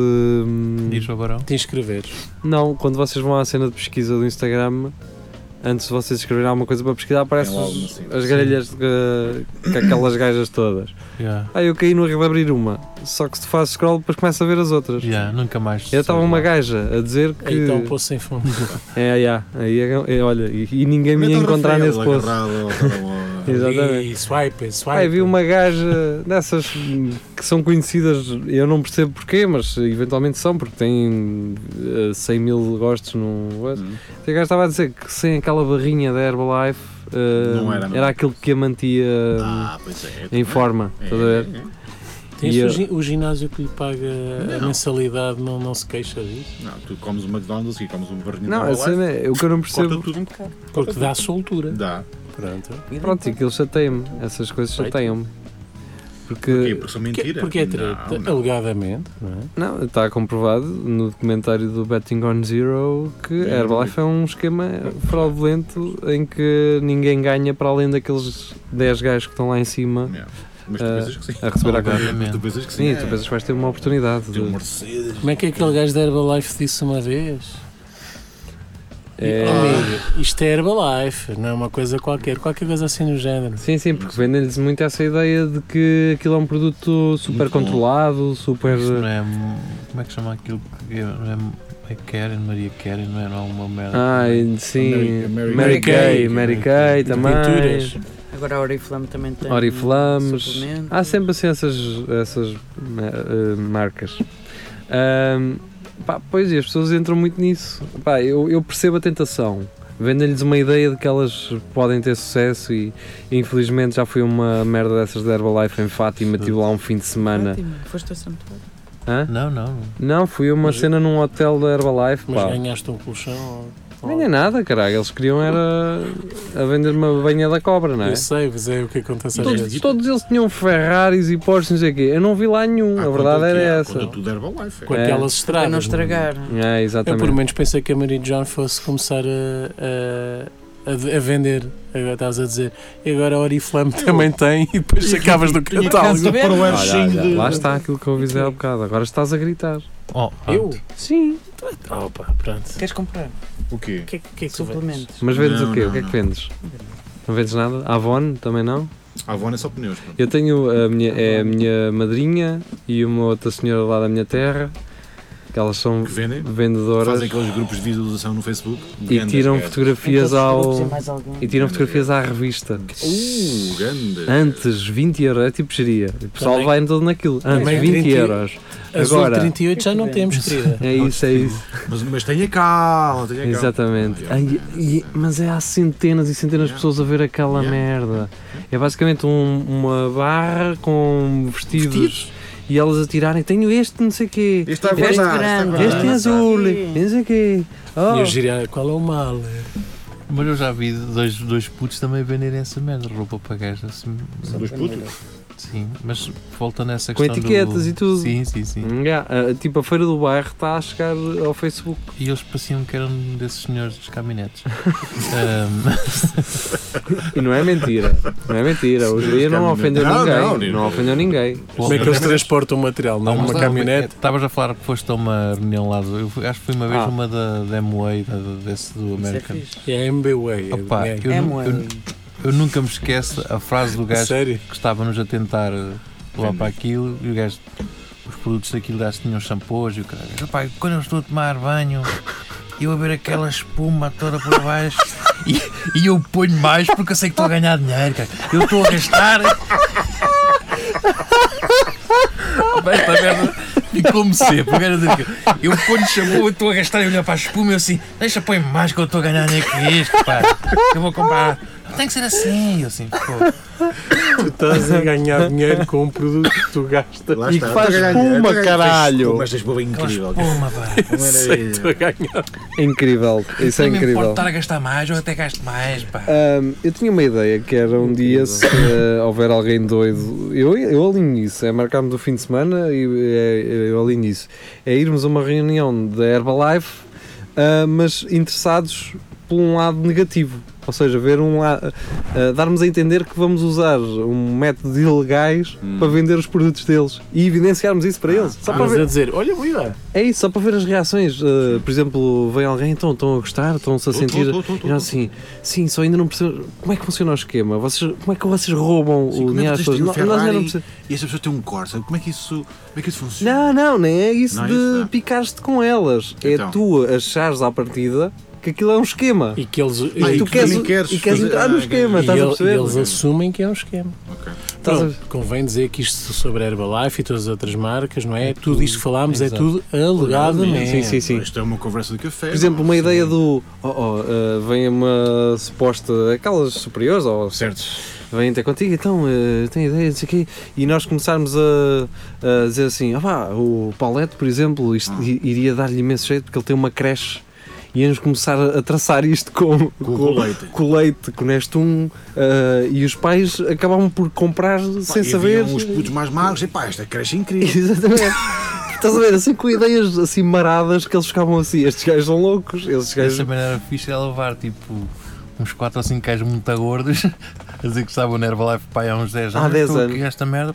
Speaker 2: hum,
Speaker 6: Diz ao Barão.
Speaker 4: Te inscreveres.
Speaker 2: Não, quando vocês vão à cena de pesquisa do Instagram, antes de vocês escreverem alguma coisa para pesquisar, aparecem
Speaker 5: Tem lá
Speaker 2: os-
Speaker 5: alguma, sim.
Speaker 2: as grelhas de- com aquelas gajas todas.
Speaker 6: Yeah.
Speaker 2: Ah, eu caí no erro de abrir uma. Só que se tu fazes scroll, depois começa a ver as outras.
Speaker 6: Yeah, nunca mais.
Speaker 2: Eu estava
Speaker 6: sei
Speaker 2: uma
Speaker 6: lá.
Speaker 2: gaja a dizer que.
Speaker 4: Aí está um poço sem fundo.
Speaker 2: É, yeah, aí é, é, olha, e, e ninguém me ia encontrar nesse poço. Exatamente.
Speaker 4: E swipe, swipe.
Speaker 2: Aí vi uma gaja dessas hum, que são conhecidas, eu não percebo porquê, mas eventualmente são, porque têm eh, 100 mil gostos num.
Speaker 5: Hum.
Speaker 2: E a gaja estava a dizer que sem aquela barrinha da Herbalife eh,
Speaker 5: Não era, não.
Speaker 2: aquilo que a mantia hum,
Speaker 5: Ah, pois é.
Speaker 2: em forma.
Speaker 5: É,
Speaker 2: Estás a ver?
Speaker 5: é, é.
Speaker 4: Tens
Speaker 2: E
Speaker 4: o
Speaker 2: eu-
Speaker 4: gi- o ginásio que lhe paga a
Speaker 5: Não.
Speaker 4: mensalidade, não, não se queixa disso?
Speaker 5: Não, tu comes o McDonald's e comes um barrinho
Speaker 2: Não,
Speaker 5: da
Speaker 2: a
Speaker 5: Herbalife,
Speaker 2: cena é, o que eu não
Speaker 5: corta
Speaker 2: percebo.
Speaker 5: tudo um bocado.
Speaker 4: Porque dá soltura.
Speaker 5: Dá.
Speaker 4: Pronto.
Speaker 2: Pronto, e aquilo chateia-me, essas coisas
Speaker 4: Feito.
Speaker 2: chateiam-me.
Speaker 5: Porquê?
Speaker 2: Porque,
Speaker 5: Porque são
Speaker 4: Que-
Speaker 5: mentira.
Speaker 4: Porque é
Speaker 5: Não,
Speaker 4: treta,
Speaker 5: não.
Speaker 4: alegadamente, não é?
Speaker 2: não, está comprovado no documentário do Betting on Zero
Speaker 6: Hum.
Speaker 2: que a Herbalife é um esquema fraudulento em que ninguém ganha para além daqueles 10 gajos que estão lá em cima
Speaker 5: Não. Mas tu
Speaker 2: Ah,
Speaker 5: pensas que sim.
Speaker 2: a receber a conta.
Speaker 5: Mas tu
Speaker 6: Obviamente.
Speaker 5: pensas que sim.
Speaker 2: Sim,
Speaker 5: é.
Speaker 2: tu pensas que vais ter uma oportunidade.
Speaker 5: Tem um
Speaker 2: de-
Speaker 5: Mercedes.
Speaker 4: Como é que aquele gajo da Herbalife disse uma vez?
Speaker 2: É-
Speaker 4: Amigo, isto é Herbalife, não é uma coisa qualquer, qualquer coisa assim no género.
Speaker 2: Sim, sim, porque vendem-lhes muito essa ideia de que aquilo é um produto super
Speaker 5: Muito bom.
Speaker 2: controlado, super.
Speaker 6: Uhum. Isso não é. Como é que chama aquilo que. Não é, é Karen, Maria Karen, não é? Não é uma merda.
Speaker 2: Ah, sim.
Speaker 5: Mary- Mary
Speaker 2: Mary Kay,
Speaker 4: Kay.
Speaker 2: Mary Kay
Speaker 4: De
Speaker 2: também.
Speaker 4: pinturas.
Speaker 3: Agora a Oriflame também tem.
Speaker 2: Oriflames.
Speaker 3: suplemento.
Speaker 2: Há sempre assim essas, essas eh, eh, marcas. Ahm, pá, pois e as pessoas entram muito nisso. Pá, eu, eu percebo a tentação. Vendem-lhes uma ideia de que elas podem ter sucesso e, infelizmente já foi uma merda dessas da Herbalife em Fátima, tive lá um fim de semana.
Speaker 3: Fátima, Foste ao santuário.
Speaker 2: Hã?
Speaker 6: Não, não.
Speaker 2: Não, fui a uma
Speaker 4: Mas-
Speaker 2: cena num hotel da Herbalife,
Speaker 4: Mas
Speaker 2: pá.
Speaker 4: ganhaste um colchão ou.
Speaker 2: Não é nada, caralho. Eles queriam era a vender uma banha da cobra, não é?
Speaker 4: Eu sei, mas é o que acontece às
Speaker 2: Todos,
Speaker 4: vezes.
Speaker 2: todos eles tinham Ferraris e Porsche, não sei o quê. Eu não vi lá nenhum.
Speaker 5: Ah,
Speaker 2: a verdade
Speaker 5: conta
Speaker 2: era
Speaker 5: tudo, ah,
Speaker 2: essa.
Speaker 5: Conta tudo Herbalife. é.
Speaker 4: Com
Speaker 2: É.
Speaker 4: aquelas
Speaker 3: Para
Speaker 4: estradas.
Speaker 3: não estragar.
Speaker 2: É,
Speaker 4: Eu,
Speaker 2: exatamente.
Speaker 4: pelo menos, pensei que a Maria John fosse começar a, a, a- a vender. Agora estás a dizer, e agora a Oriflame também tem, e depois acabas do
Speaker 5: Tinha
Speaker 4: catálogo.
Speaker 5: casa para o
Speaker 2: Olha,
Speaker 5: archinho
Speaker 2: olha,
Speaker 4: é?
Speaker 5: de-
Speaker 2: Lá está aquilo que eu avisei há bocado. Agora estás a gritar.
Speaker 6: Oh,
Speaker 4: Eu?
Speaker 2: Sim.
Speaker 4: Opa, pronto.
Speaker 3: Queres comprar?
Speaker 5: O quê?
Speaker 4: O que, é- o que é que tu vendes?
Speaker 3: Suplementos.
Speaker 2: Mas vendes
Speaker 5: Não,
Speaker 2: o quê?
Speaker 5: não,
Speaker 2: o que é que
Speaker 5: não.
Speaker 2: vendes? Não vendes nada? Avon também não?
Speaker 5: A avó não é só pneus. pá.
Speaker 2: Eu tenho a minha, é a minha madrinha e uma outra senhora lá da minha terra, que elas são
Speaker 5: Que vendem.
Speaker 2: vendedoras
Speaker 5: Fazem é. aqueles grupos de visualização no Facebook.
Speaker 2: e
Speaker 5: grandes,
Speaker 2: tiram
Speaker 5: gajos.
Speaker 2: fotografias
Speaker 3: Aqueles
Speaker 2: ao.
Speaker 3: grupos e mais alguém.
Speaker 2: E tiram
Speaker 5: Grandes
Speaker 2: fotografias à revista.
Speaker 5: Uh, grande.
Speaker 2: Antes, 20 euros, é tipo geria. O pessoal
Speaker 4: Também-
Speaker 2: vai todo naquilo. Antes,
Speaker 4: também
Speaker 2: 20
Speaker 4: 30
Speaker 2: euros.
Speaker 4: Azul
Speaker 2: Agora-
Speaker 4: 38 já não
Speaker 3: Que
Speaker 4: temos, querida.
Speaker 2: É isso, é isso.
Speaker 5: Mas, mas tenha calma, tenha calma.
Speaker 2: Exatamente.
Speaker 5: Ah,
Speaker 2: Ai, e- mas é há centenas e centenas de
Speaker 5: Yeah.
Speaker 2: pessoas a ver aquela
Speaker 5: Yeah.
Speaker 2: merda. É basicamente um- uma barra com vestidos, e elas a tirarem. Tenho este, não sei quê. é
Speaker 5: Isto está a
Speaker 3: Este
Speaker 5: guardar,
Speaker 3: grande.
Speaker 5: está a
Speaker 2: Este
Speaker 5: guardar.
Speaker 2: é azul.
Speaker 3: Sim.
Speaker 2: Não sei quê.
Speaker 4: E
Speaker 2: Oh.
Speaker 4: eu diria, qual é o mal?
Speaker 6: Mas eu já vi dois, dois putos também venderem essa merda, roupa para gajas. assim,
Speaker 5: Dos putos.
Speaker 6: Sim, mas voltando a essa
Speaker 2: Com
Speaker 6: questão.
Speaker 2: etiquetas
Speaker 6: do...
Speaker 2: e tudo.
Speaker 6: Sim, sim, sim.
Speaker 2: Hum, yeah, ah, tipo, a feira do bairro está a chegar ao Facebook.
Speaker 6: E eles pareciam que eram desses senhores dos caminhonetes. Ahm,
Speaker 2: E não é mentira. Não é mentira. O Júlia não ofendeu
Speaker 5: Não,
Speaker 2: ninguém. Não,
Speaker 5: não, não.
Speaker 2: ofendeu ninguém.
Speaker 4: Como é que eles transportam o material?
Speaker 6: Há
Speaker 4: Não, uma
Speaker 6: uma-
Speaker 4: caminhonete?
Speaker 6: Estavas a falar que foste a uma reunião lá. do- Eu fui- acho que fui uma vez
Speaker 2: Ah.
Speaker 6: numa da, da MWay, da, da- desse do
Speaker 3: Isso é
Speaker 6: American. Uhum.
Speaker 3: fixe.
Speaker 4: É MBWay.
Speaker 6: Opa,
Speaker 4: é,
Speaker 6: eu,
Speaker 3: é
Speaker 6: nu-
Speaker 3: moeda.
Speaker 6: eu, eu nunca me esqueço a frase do
Speaker 4: é,
Speaker 6: gajo
Speaker 4: sério?
Speaker 6: que estava-nos a tentar eh, levar
Speaker 5: Sim.
Speaker 6: para aquilo e o gajo, os produtos daquilo gajo tinham shampoos e o caralho. Rapaz, quando eu estou a tomar banho, eu a ver aquela espuma toda por baixo e, e eu ponho mais porque eu sei que estou a ganhar dinheiro, cara. Eu estou a gastar. Bem, Esta merda ficou-me sempre. O gajo diz que Eu ponho shampoo, eu estou a gastar e olhar para a espuma e eu assim, deixa põe mais que eu estou a ganhar dinheiro com isto, pá. Eu vou comprar. Tem que ser assim, eu assim, pô.
Speaker 4: Tu estás a ganhar dinheiro com um produto que tu gastas.
Speaker 5: Lá
Speaker 2: E
Speaker 5: está,
Speaker 2: que faz
Speaker 5: eu ganhei-
Speaker 2: espuma,
Speaker 5: eu ganhei- fez
Speaker 2: caralho.
Speaker 5: espuma, Mas tens boa
Speaker 6: Aquela
Speaker 5: incrível. cara.
Speaker 6: espuma, pá.
Speaker 5: Uma maravilha.
Speaker 4: Tu a ganhar.
Speaker 2: É incrível. Isso é
Speaker 6: Não me importa
Speaker 2: incrível.
Speaker 6: estar a gastar mais, eu até gasto mais, pá.
Speaker 2: Ahm, eu tinha uma ideia que era um dia se eh, houver alguém doido, eu, eu alinho isso, é marcarmos o fim de semana e eh, eu alinho isso, é irmos a uma reunião da Herbalife, ah, mas interessados por um lado negativo, ou seja, ver um lado, darmos a entender que vamos usar um método de ilegais para vender os produtos deles e evidenciarmos isso para eles, só para
Speaker 4: Mas
Speaker 2: ver,
Speaker 4: a dizer, olha, Mila,
Speaker 2: é isso, só para ver as reações. Uh, por exemplo, vem alguém, então estão a gostar, estão-se a
Speaker 5: Tô,
Speaker 2: sentir.
Speaker 5: tô, tô, tô, tô,
Speaker 2: e nós assim, sim, só ainda não percebo. Como é que funciona o esquema? Vocês, como é que vocês roubam
Speaker 5: Sim,
Speaker 2: o
Speaker 5: como é que
Speaker 2: dinheiro às
Speaker 5: vocês têm
Speaker 2: pessoas?
Speaker 5: um
Speaker 2: Não, nós ainda não
Speaker 5: Ferrari
Speaker 2: percebemos.
Speaker 5: E essa pessoa tem um Corsa. Como é que isso, como é que isso
Speaker 2: Não,
Speaker 5: funciona?
Speaker 2: não, nem é isso
Speaker 5: Não é
Speaker 2: de
Speaker 5: isso, não.
Speaker 2: picares-te com elas. É
Speaker 5: Então.
Speaker 2: tu achares à partida que aquilo é um esquema.
Speaker 4: e que eles, e,
Speaker 5: Ah,
Speaker 2: E
Speaker 5: e
Speaker 2: tu
Speaker 5: que
Speaker 2: queres,
Speaker 5: nem queres
Speaker 2: e queres
Speaker 5: fazer-
Speaker 2: entrar no
Speaker 5: Ah,
Speaker 2: esquema,
Speaker 5: ok.
Speaker 2: estás
Speaker 4: e
Speaker 2: a
Speaker 4: ele-
Speaker 2: perceber?
Speaker 4: eles assumem que é um esquema.
Speaker 5: Ok.
Speaker 2: Estás a-
Speaker 4: Pronto, convém dizer que isto sobre a Herbalife e todas as outras marcas, não é? tudo isto que falámos
Speaker 6: Exato.
Speaker 4: é tudo alegadamente.
Speaker 2: Sim, sim, sim.
Speaker 5: Isto é uma conversa de café. é?
Speaker 2: Por exemplo, uma ideia do. Oh, oh, uh, vem uma suposta. aquelas superiores ou
Speaker 5: Certo.
Speaker 2: vêm até contigo, então, eh, tem ideia, não sei o quê, e nós começarmos a, a dizer assim, ah pá, o Paulette, por exemplo, isto i- iria dar-lhe imenso jeito porque ele tem uma creche, e íamos começar a, a traçar isto com,
Speaker 5: Com o leite.
Speaker 2: com o leite, com o Nestum, eh, e os pais acabavam por comprar sem
Speaker 5: E um-
Speaker 2: saber.
Speaker 5: vinham Os putos mais magros. E pá, esta creche é incrível.
Speaker 2: Exatamente. Estás a ver, assim com ideias assim maradas que eles ficavam assim, estes gajos são loucos, estes
Speaker 6: Essa
Speaker 2: gajos.
Speaker 6: maneira fixe era levar tipo uns 4 ou 5 gajos muito gordos a dizer que estavam na Herbalife pai há uns 10
Speaker 2: Há
Speaker 6: anos.
Speaker 2: 10
Speaker 6: estou
Speaker 2: anos.
Speaker 6: aqui a esta merda.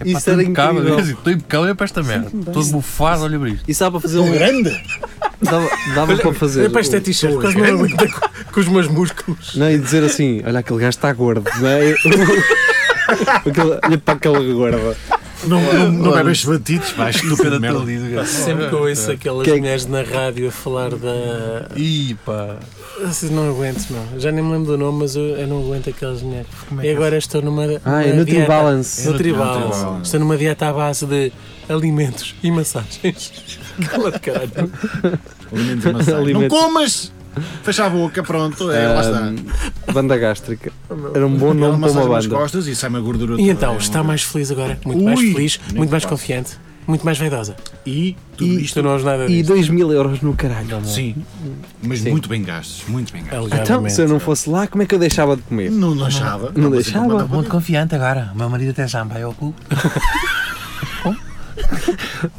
Speaker 6: É
Speaker 2: Isso
Speaker 6: estou
Speaker 2: era
Speaker 6: impecável,
Speaker 2: incrível.
Speaker 6: quer dizer, Estou impecável olha para esta merda. Todo bufado, olha para isto.
Speaker 2: E sabe para fazer um.
Speaker 5: Grande!
Speaker 2: Dava, dava para fazer.
Speaker 4: Olha para esta t-shirt, quase não aguenta com, com os meus músculos.
Speaker 2: Não, e dizer assim, olha aquele gajo está gordo, não é? Aquele- olha para aquele gordo.
Speaker 5: Não, não, não bebes batidos, pá. Estúpido merda.
Speaker 4: Sempre que eu ouço aquelas
Speaker 2: Que é que-
Speaker 4: mulheres na rádio a falar da.
Speaker 6: Ih, pá.
Speaker 4: Assim, não aguento, não. Já nem me lembro do nome, mas eu, eu não aguento aquelas mulheres.
Speaker 6: Como é
Speaker 4: E
Speaker 6: que
Speaker 4: agora estou numa.
Speaker 2: Ah, é
Speaker 4: numa
Speaker 2: Nutri
Speaker 4: dieta-
Speaker 2: Balance.
Speaker 4: Nutri
Speaker 5: Nutri
Speaker 4: Balance.
Speaker 5: Balance.
Speaker 4: Estou numa dieta à base de alimentos e massagens. Cala de caralho.
Speaker 5: Alimento de maçã. Não
Speaker 2: Alimento.
Speaker 5: comas! Fecha a boca, pronto. É,
Speaker 2: Ah,
Speaker 5: lá está.
Speaker 2: Ahm, banda gástrica.
Speaker 3: Oh,
Speaker 2: Era um bom
Speaker 5: Dá
Speaker 2: nome
Speaker 5: uma
Speaker 2: para uma
Speaker 5: massagem nas
Speaker 2: banda.
Speaker 5: costas e sai uma gordura
Speaker 4: E
Speaker 5: toda.
Speaker 4: então,
Speaker 5: É
Speaker 4: está
Speaker 5: uma-
Speaker 4: mais feliz agora, muito mais
Speaker 5: Ui,
Speaker 4: feliz,
Speaker 5: nem
Speaker 4: muito mais
Speaker 5: falo.
Speaker 4: confiante, muito mais vaidosa.
Speaker 5: E tudo
Speaker 4: E
Speaker 5: isto.
Speaker 4: isto não é nada
Speaker 2: E
Speaker 4: disto.
Speaker 2: 2 mil euros no caralho.
Speaker 5: Sim. Mas
Speaker 2: É. Sim.
Speaker 5: muito bem gastos. Muito bem gastos.
Speaker 2: Então, se eu não fosse lá, como é que eu deixava de comer?
Speaker 5: Não não achava.
Speaker 2: Não
Speaker 5: mas então
Speaker 2: deixava.
Speaker 5: manda
Speaker 6: Estou
Speaker 5: para
Speaker 6: muito confiante agora. O meu marido até já me vai ao cu.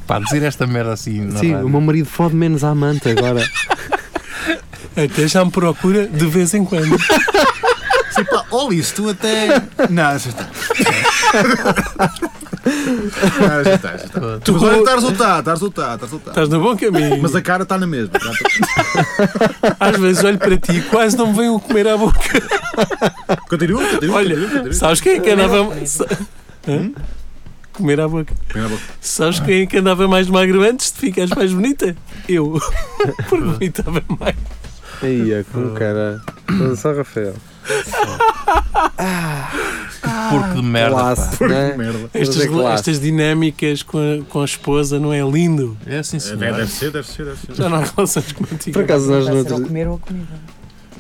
Speaker 6: Pá, dizer esta merda assim. na
Speaker 2: Sim,
Speaker 6: rádio.
Speaker 2: o meu marido fode menos à manta agora.
Speaker 4: Até já me procura de vez em quando.
Speaker 5: Sim, pá, olha isso, tu até. Não, já está. Não, já está, já está. Tu agora tá- está a resultar, está a resultar, está a resultar.
Speaker 4: Estás no bom caminho.
Speaker 5: Mas a cara está na mesma. tá?
Speaker 4: Às vezes olho para ti e quase não me venho comer à boca.
Speaker 5: Continua, continua.
Speaker 4: Olha,
Speaker 5: continua, continua.
Speaker 4: sabes quem é que andava. Sa- Hã? Comer à boca.
Speaker 5: Põe na boca.
Speaker 4: Sabes quem é que andava mais magro antes de ficares mais bonita? Eu. Porque vomitava mais.
Speaker 2: Aí é com cara. Olha Só Rafael.
Speaker 6: Porco de merda. Pá.
Speaker 2: Classe, né?
Speaker 5: Merda.
Speaker 2: Mas é
Speaker 4: Estas,
Speaker 2: classe.
Speaker 4: estas dinâmicas com a, com a esposa não é lindo?
Speaker 6: É assim,
Speaker 5: É,
Speaker 6: senhor.
Speaker 5: Deve ser, deve ser, deve ser.
Speaker 4: Já não há relações contigo.
Speaker 2: Por acaso nós
Speaker 3: Vai ser ao
Speaker 2: não.
Speaker 3: comer ou a comida.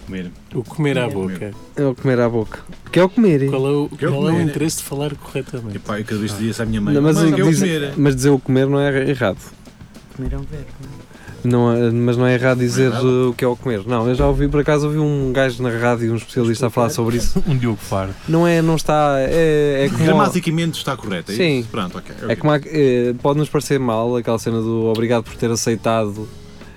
Speaker 5: Comer.
Speaker 4: O comer à boca.
Speaker 2: É o comer à boca. Que é o comer. hein?
Speaker 4: Qual é o,
Speaker 5: eu
Speaker 4: qual é o
Speaker 5: comer.
Speaker 4: interesse de falar
Speaker 5: E
Speaker 4: corretamente?
Speaker 5: pá, eu cada vez dizia isso à minha mãe.
Speaker 2: Não, mas,
Speaker 5: mãe, quer
Speaker 2: diz-
Speaker 5: comer.
Speaker 2: mas dizer o comer não é errado.
Speaker 3: Comer é um verbo.
Speaker 2: Não é- mas não é errado dizer
Speaker 5: errado.
Speaker 2: uh, o que é o comer. Não, eu já ouvi, por acaso, ouvi um gajo na rádio, um especialista a falar sobre isso.
Speaker 6: Um Diogo Faro.
Speaker 2: Não é, não está. É, é como.
Speaker 5: Gramaticamente está correto, é
Speaker 2: Sim.
Speaker 5: isso? Pronto, ok.
Speaker 2: É
Speaker 5: ok.
Speaker 2: como há- eh, pode-nos parecer mal aquela cena do obrigado por ter aceitado,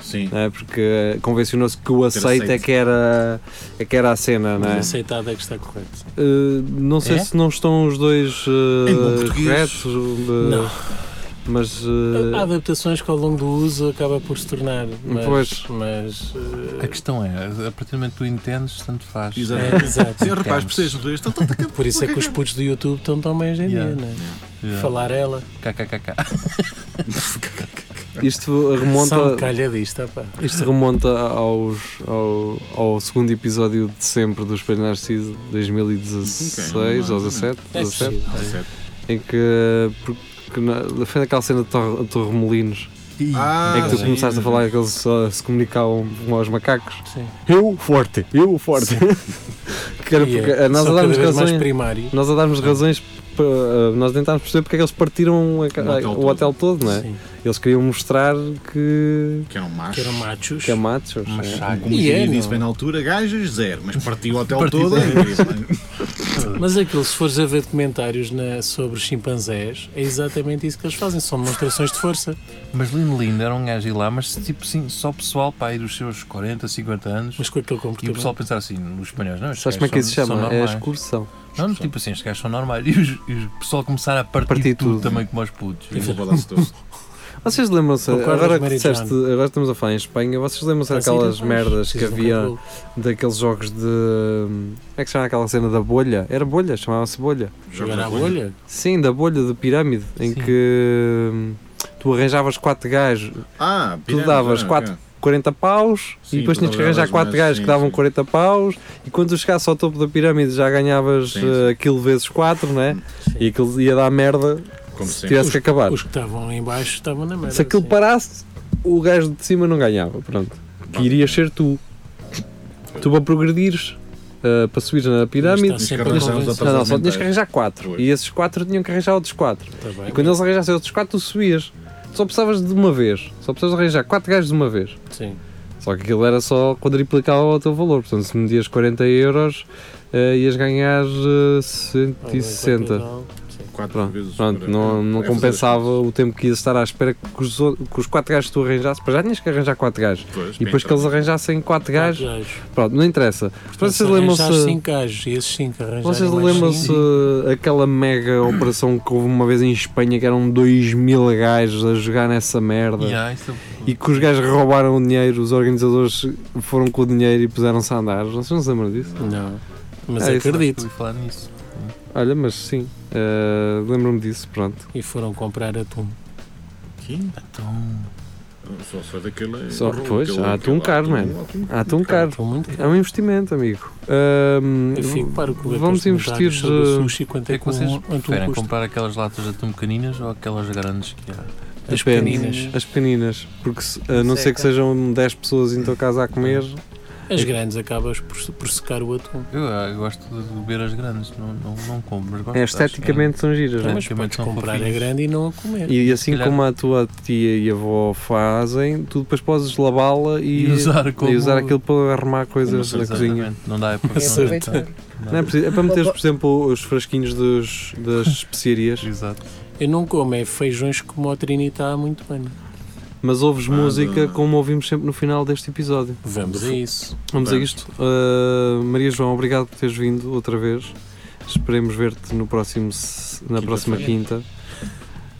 Speaker 5: Sim.
Speaker 2: não é? porque convencionou-se que o aceito é
Speaker 5: aceito.
Speaker 2: que era, é que era a cena, não é?
Speaker 4: Aceitado é que está correto.
Speaker 2: Eh, não sei
Speaker 6: É?
Speaker 2: se não estão os dois eh,
Speaker 5: Em bom português.
Speaker 2: corretos, eh,
Speaker 4: Não. Ah,
Speaker 2: mas eh,
Speaker 4: Há adaptações que ao longo do uso acaba por se tornar. Mas,
Speaker 2: Pois.
Speaker 4: mas
Speaker 6: A questão é, a partir do momento que tu entendes, tanto faz.
Speaker 5: Exato.
Speaker 4: eh, é, exato.
Speaker 5: Sim, rapaz,
Speaker 6: Temos.
Speaker 5: percebes no resto? Então, então,
Speaker 4: Por isso é que os putos do YouTube estão tão bem hoje em
Speaker 6: Yeah.
Speaker 4: dia, né?
Speaker 6: Yeah.
Speaker 4: Falar ela.
Speaker 6: KKKK.
Speaker 2: isto
Speaker 4: São
Speaker 2: remonta,
Speaker 4: calha disto, pá.
Speaker 2: isto remonta aos, ao, ao segundo episódio de sempre do Espelho Narciso, 2016
Speaker 5: Ok.
Speaker 2: ou 17,
Speaker 4: É
Speaker 2: 17
Speaker 4: possível.
Speaker 5: certo.
Speaker 2: em que porque na- foi naquela cena de Torre, Torre Molinos
Speaker 5: Ah,
Speaker 2: é que tu
Speaker 5: sim.
Speaker 2: começaste a falar que eles só se comunicavam com os macacos.
Speaker 4: Sim.
Speaker 2: Eu um forte, eu forte. que era
Speaker 4: E
Speaker 2: porque
Speaker 4: é,
Speaker 2: a nós
Speaker 4: são
Speaker 2: a
Speaker 4: cada
Speaker 2: darmos
Speaker 4: vez mais
Speaker 2: razões,
Speaker 4: primário.
Speaker 2: nós a darmos razões pa- ah, nós tentámos perceber porque é que eles partiram a ca-
Speaker 5: O hotel
Speaker 2: o
Speaker 5: todo.
Speaker 2: hotel todo, não é?
Speaker 4: Sim.
Speaker 2: Eles queriam mostrar que,
Speaker 5: Que eram
Speaker 4: Que
Speaker 5: machos.
Speaker 4: eram machos.
Speaker 2: que é machos. é.
Speaker 5: Como
Speaker 4: E
Speaker 5: o
Speaker 4: é,
Speaker 5: Jimmy disse
Speaker 4: não.
Speaker 5: bem na altura, gajas zero, mas partiu o hotel
Speaker 6: Partiu
Speaker 5: todo.
Speaker 6: zero.
Speaker 5: é
Speaker 4: Mas aquilo, se fores a ver documentários na- sobre chimpanzés, é exatamente isso que eles fazem, são demonstrações de força.
Speaker 6: Mas Lino Lindo era um gajo de lá, mas tipo sim, só pessoal pá, aí dos seus 40, 50 anos.
Speaker 4: Mas com aquele
Speaker 6: E o
Speaker 4: comportamento.
Speaker 6: pessoal pensar assim, os espanhóis, não, estes
Speaker 2: Sabes como é que isso
Speaker 6: gajos
Speaker 2: se
Speaker 6: são-
Speaker 2: chama?
Speaker 6: são
Speaker 2: É a
Speaker 6: normais.
Speaker 2: expulsão.
Speaker 6: Não, tipo assim, estes gajos são normais. E, os, e o pessoal começar a partir,
Speaker 2: Partir
Speaker 6: tudo,
Speaker 2: tudo.
Speaker 6: também como aos putos.
Speaker 5: mesmo. Vou balanço todo.
Speaker 2: Vocês lembram-se,
Speaker 4: Concordas,
Speaker 2: agora que
Speaker 4: Mary
Speaker 2: disseste,
Speaker 4: Jane? Ah,
Speaker 2: agora estamos a falar em Espanha, vocês lembram-se
Speaker 4: Assim,
Speaker 2: daquelas
Speaker 4: então,
Speaker 2: merdas que havia daqueles jogos de. Como é que se chama aquela cena da bolha? Era bolha, chamava-se bolha.
Speaker 5: Jogo
Speaker 4: Jogar
Speaker 5: na
Speaker 4: à
Speaker 5: bolha.
Speaker 4: bolha?
Speaker 2: Sim, da bolha de pirâmide, em
Speaker 6: Sim.
Speaker 2: que hum, tu arranjavas quatro gajos,
Speaker 5: Ah,
Speaker 2: tu
Speaker 5: pirâmide,
Speaker 2: davas
Speaker 5: ah,
Speaker 2: 4,
Speaker 5: ok.
Speaker 2: 40 paus
Speaker 5: Sim,
Speaker 2: e depois
Speaker 5: tu
Speaker 2: tinhas que
Speaker 5: davas
Speaker 2: arranjar quatro
Speaker 5: mais,
Speaker 2: gajos
Speaker 5: sim,
Speaker 2: que davam
Speaker 5: sim.
Speaker 2: 40 paus e quando tu chegasses ao topo da pirâmide já ganhavas
Speaker 5: Sim, sim.
Speaker 2: eh, aquilo vezes 4, né? E aquilo ia dar merda
Speaker 5: Como
Speaker 2: se
Speaker 5: sempre.
Speaker 2: tivesse que acabar.
Speaker 4: Os que estavam lá em baixo estavam na merda.
Speaker 2: Se aquilo
Speaker 4: sim.
Speaker 2: parasse, o gajo de cima não ganhava, pronto. Que irias ser tu. Tu para progredires, ah, para subir na pirâmide.
Speaker 5: Tinhas
Speaker 4: Mas
Speaker 5: que
Speaker 4: Sempre
Speaker 5: arranjar
Speaker 4: convence.
Speaker 5: uns
Speaker 2: Não, não, só tinhas
Speaker 5: apartamentos.
Speaker 2: que arranjar quatro. E esses quatro tinham que arranjar outros quatro.
Speaker 4: Tá bem.
Speaker 2: E quando eles arranjassem outros quatro, tu subias. Só precisavas de uma vez. Só precisavas de arranjar quatro gajos de uma vez.
Speaker 4: Sim.
Speaker 2: Só que aquilo era só quadriplicar o teu valor. Portanto, se medias 40 euros, eh, ias ganhar eh, 160.
Speaker 5: Quatro
Speaker 2: Pronto,
Speaker 5: vezes
Speaker 2: Pronto,
Speaker 5: para-
Speaker 2: não, não
Speaker 5: é fazer as
Speaker 2: compensava
Speaker 5: coisas.
Speaker 2: o tempo que ias estar à espera que os, ou- que os quatro gajos que tu arranjasses. Para já tinhas que arranjar quatro gajos.
Speaker 5: Pois,
Speaker 2: E
Speaker 5: bem,
Speaker 2: depois que eles
Speaker 5: então.
Speaker 2: arranjassem quatro gajos. Pronto, não interessa.
Speaker 4: Portanto, se
Speaker 2: Vocês lembram-se.
Speaker 4: arranjares cinco gajos e esses cinco arranjaram.
Speaker 2: Vocês lembram-se aquela mega operação que houve uma vez em Espanha que eram 2 mil gajos a jogar nessa merda
Speaker 6: E, ah, isso-
Speaker 2: e que os gajos roubaram o dinheiro, os organizadores foram com o dinheiro e puseram-se a andar? Vocês não se lembram disso?
Speaker 4: Não. Mas
Speaker 2: É isso.
Speaker 4: acredito.
Speaker 6: ouvi falar nisso.
Speaker 2: Olha, mas sim, eh, lembro-me disso, pronto.
Speaker 4: E foram comprar atum.
Speaker 5: Sim,
Speaker 6: Então,
Speaker 5: Só só daquele.
Speaker 2: Só-
Speaker 5: aquele-
Speaker 2: pois,
Speaker 5: aquele-
Speaker 2: há atum
Speaker 5: aquele
Speaker 2: caro,
Speaker 5: atum-
Speaker 2: mano.
Speaker 5: atum-
Speaker 2: Ah, tão caro.
Speaker 4: Atum muito caro.
Speaker 2: É um investimento, amigo. Ahm,
Speaker 4: Eu fico para o que
Speaker 2: vamos investir, eh,
Speaker 4: Sushi,
Speaker 6: o
Speaker 4: quanto
Speaker 6: que
Speaker 4: é
Speaker 6: é que
Speaker 4: que um
Speaker 6: vocês
Speaker 4: atum
Speaker 6: preferem?
Speaker 4: custa?
Speaker 6: Comprar aquelas latas de atum pequeninas ou aquelas grandes que há?
Speaker 4: As
Speaker 2: depende.
Speaker 4: pequeninas.
Speaker 2: As pequeninas, porque se- a não ser que sejam 10 pessoas em tua casa a comer,
Speaker 4: As grandes acabas por, por secar o atum. Tá,
Speaker 6: Eu, ah, eu gosto de beber as grandes, não, não, não como, mas gosto.
Speaker 2: é,
Speaker 6: acho que-
Speaker 2: esteticamente são giras, não é?
Speaker 4: Mas podes
Speaker 6: Praticamente são
Speaker 4: comprar a
Speaker 6: fofinhos.
Speaker 4: grande e não a comer.
Speaker 2: E assim
Speaker 6: calhar-
Speaker 2: como a tua tia e avó fazem, tu depois podes lavá-la e,
Speaker 6: E usar como-
Speaker 2: e usar aquilo para arrumar coisas na
Speaker 6: Exatamente,
Speaker 2: cozinha.
Speaker 6: Não dá é para
Speaker 4: Exatamente.
Speaker 2: Não é, preciso- é para meteres, por exemplo, os frasquinhos dos- das especiarias,
Speaker 6: Exato.
Speaker 4: Eu não como, é feijões como a Trinita há muito bem.
Speaker 2: mas ouves
Speaker 5: Nada.
Speaker 2: música como ouvimos sempre no final deste episódio.
Speaker 4: Vamos a isso.
Speaker 2: Vamos a
Speaker 5: Vamos.
Speaker 2: isto. Uh, Maria João, obrigado por teres vindo outra vez. Esperemos ver-te no próximo, se- na próxima quinta.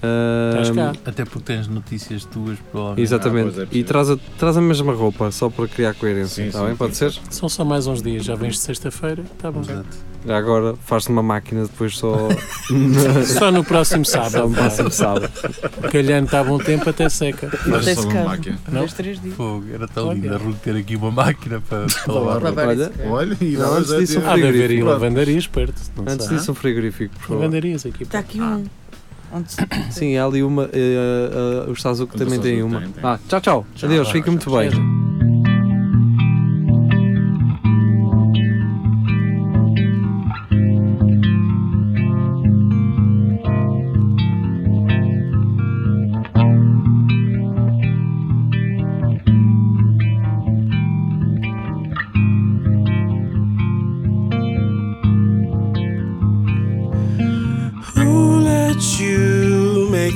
Speaker 2: Uh,
Speaker 4: Estás cá.
Speaker 6: Até porque tens notícias tuas, provavelmente.
Speaker 2: Exatamente.
Speaker 5: Ah, pois é,
Speaker 2: e traz a, traz a mesma roupa, só para criar coerência.
Speaker 5: Sim,
Speaker 2: Está
Speaker 5: sim,
Speaker 2: bem?
Speaker 5: sim,
Speaker 2: Pode
Speaker 5: sim.
Speaker 2: ser?
Speaker 4: São só mais uns dias, já vens de sexta-feira, está bom.
Speaker 6: Exato.
Speaker 2: Já agora faz-te uma máquina, depois só.
Speaker 4: Só no próximo
Speaker 2: Só
Speaker 4: sábado.
Speaker 2: no próximo sábado.
Speaker 4: Calhando está bom tempo até seca.
Speaker 5: Mas
Speaker 3: Até
Speaker 5: só
Speaker 3: se
Speaker 5: uma
Speaker 3: caro.
Speaker 5: máquina.
Speaker 4: Não?
Speaker 3: Dois, três dias.
Speaker 6: Fogo, era tão
Speaker 4: Olha.
Speaker 6: lindo a Ruth ter aqui uma máquina para, para lavar.
Speaker 5: Lavar.
Speaker 3: Lavar
Speaker 2: Olha,
Speaker 3: isso, cara.
Speaker 5: Olha, e
Speaker 2: Não,
Speaker 5: dá
Speaker 2: antes disso,
Speaker 5: jeito.
Speaker 4: Há de haver aí
Speaker 5: Pronto.
Speaker 4: lavandarias perto. Não
Speaker 2: Antes
Speaker 4: sei.
Speaker 2: disso, Tá. um frigorífico, por favor.
Speaker 4: Lavandarias aqui.
Speaker 3: Está
Speaker 4: perto.
Speaker 3: aqui um. Onde se-
Speaker 2: Sim, há ali uma. eh, eh, o Sazuki
Speaker 5: O
Speaker 2: também tem
Speaker 5: Sazuki
Speaker 2: uma.
Speaker 5: tem, tem.
Speaker 2: Ah, tchau, tchau.
Speaker 5: Tchau,
Speaker 2: Adeus,
Speaker 5: tchau,
Speaker 2: fica muito
Speaker 5: tchau,
Speaker 2: bem.
Speaker 5: tchau.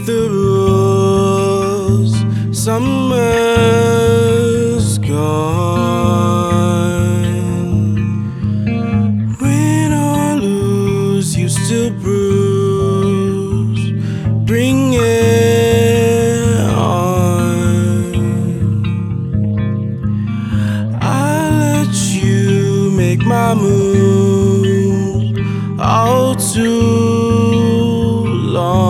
Speaker 9: the rules. Summer's gone. Win or lose, you still bruise. Bring it on. I let you make my move all too long.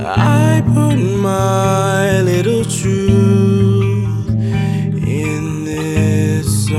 Speaker 9: I put my little truth in this song.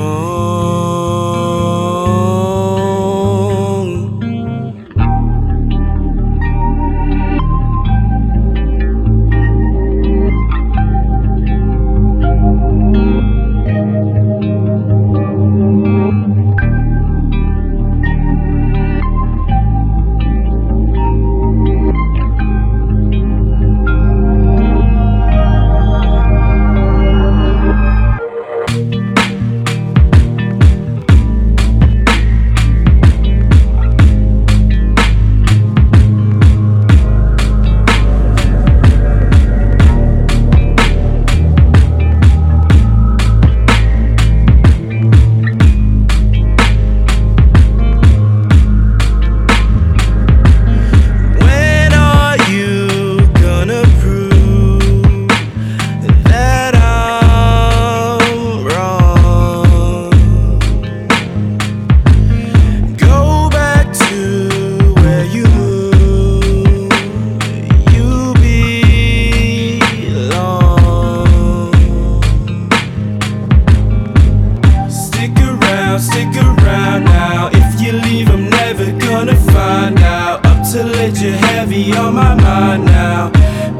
Speaker 9: When are you gonna prove that I'm wrong? Go back to where you moved. You belong. Stick around, stick around now. If you leave, I'm never gonna find out. Up till it, you're heavy on my mind now.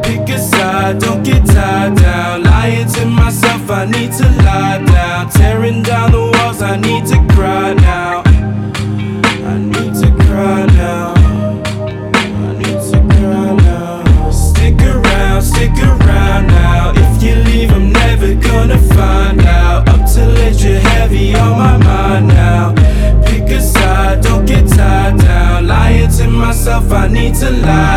Speaker 9: Pick a side, don't get tied down. Lying to myself, I need to lie down. Tearing down the walls, I need to cry now. I need to cry now. I need to cry now. Stick around, stick around now. If you leave, I'm never gonna find out. Up till it, you're heavy on my mind now. Pick a side, don't get tied down. Lying to myself, I need to lie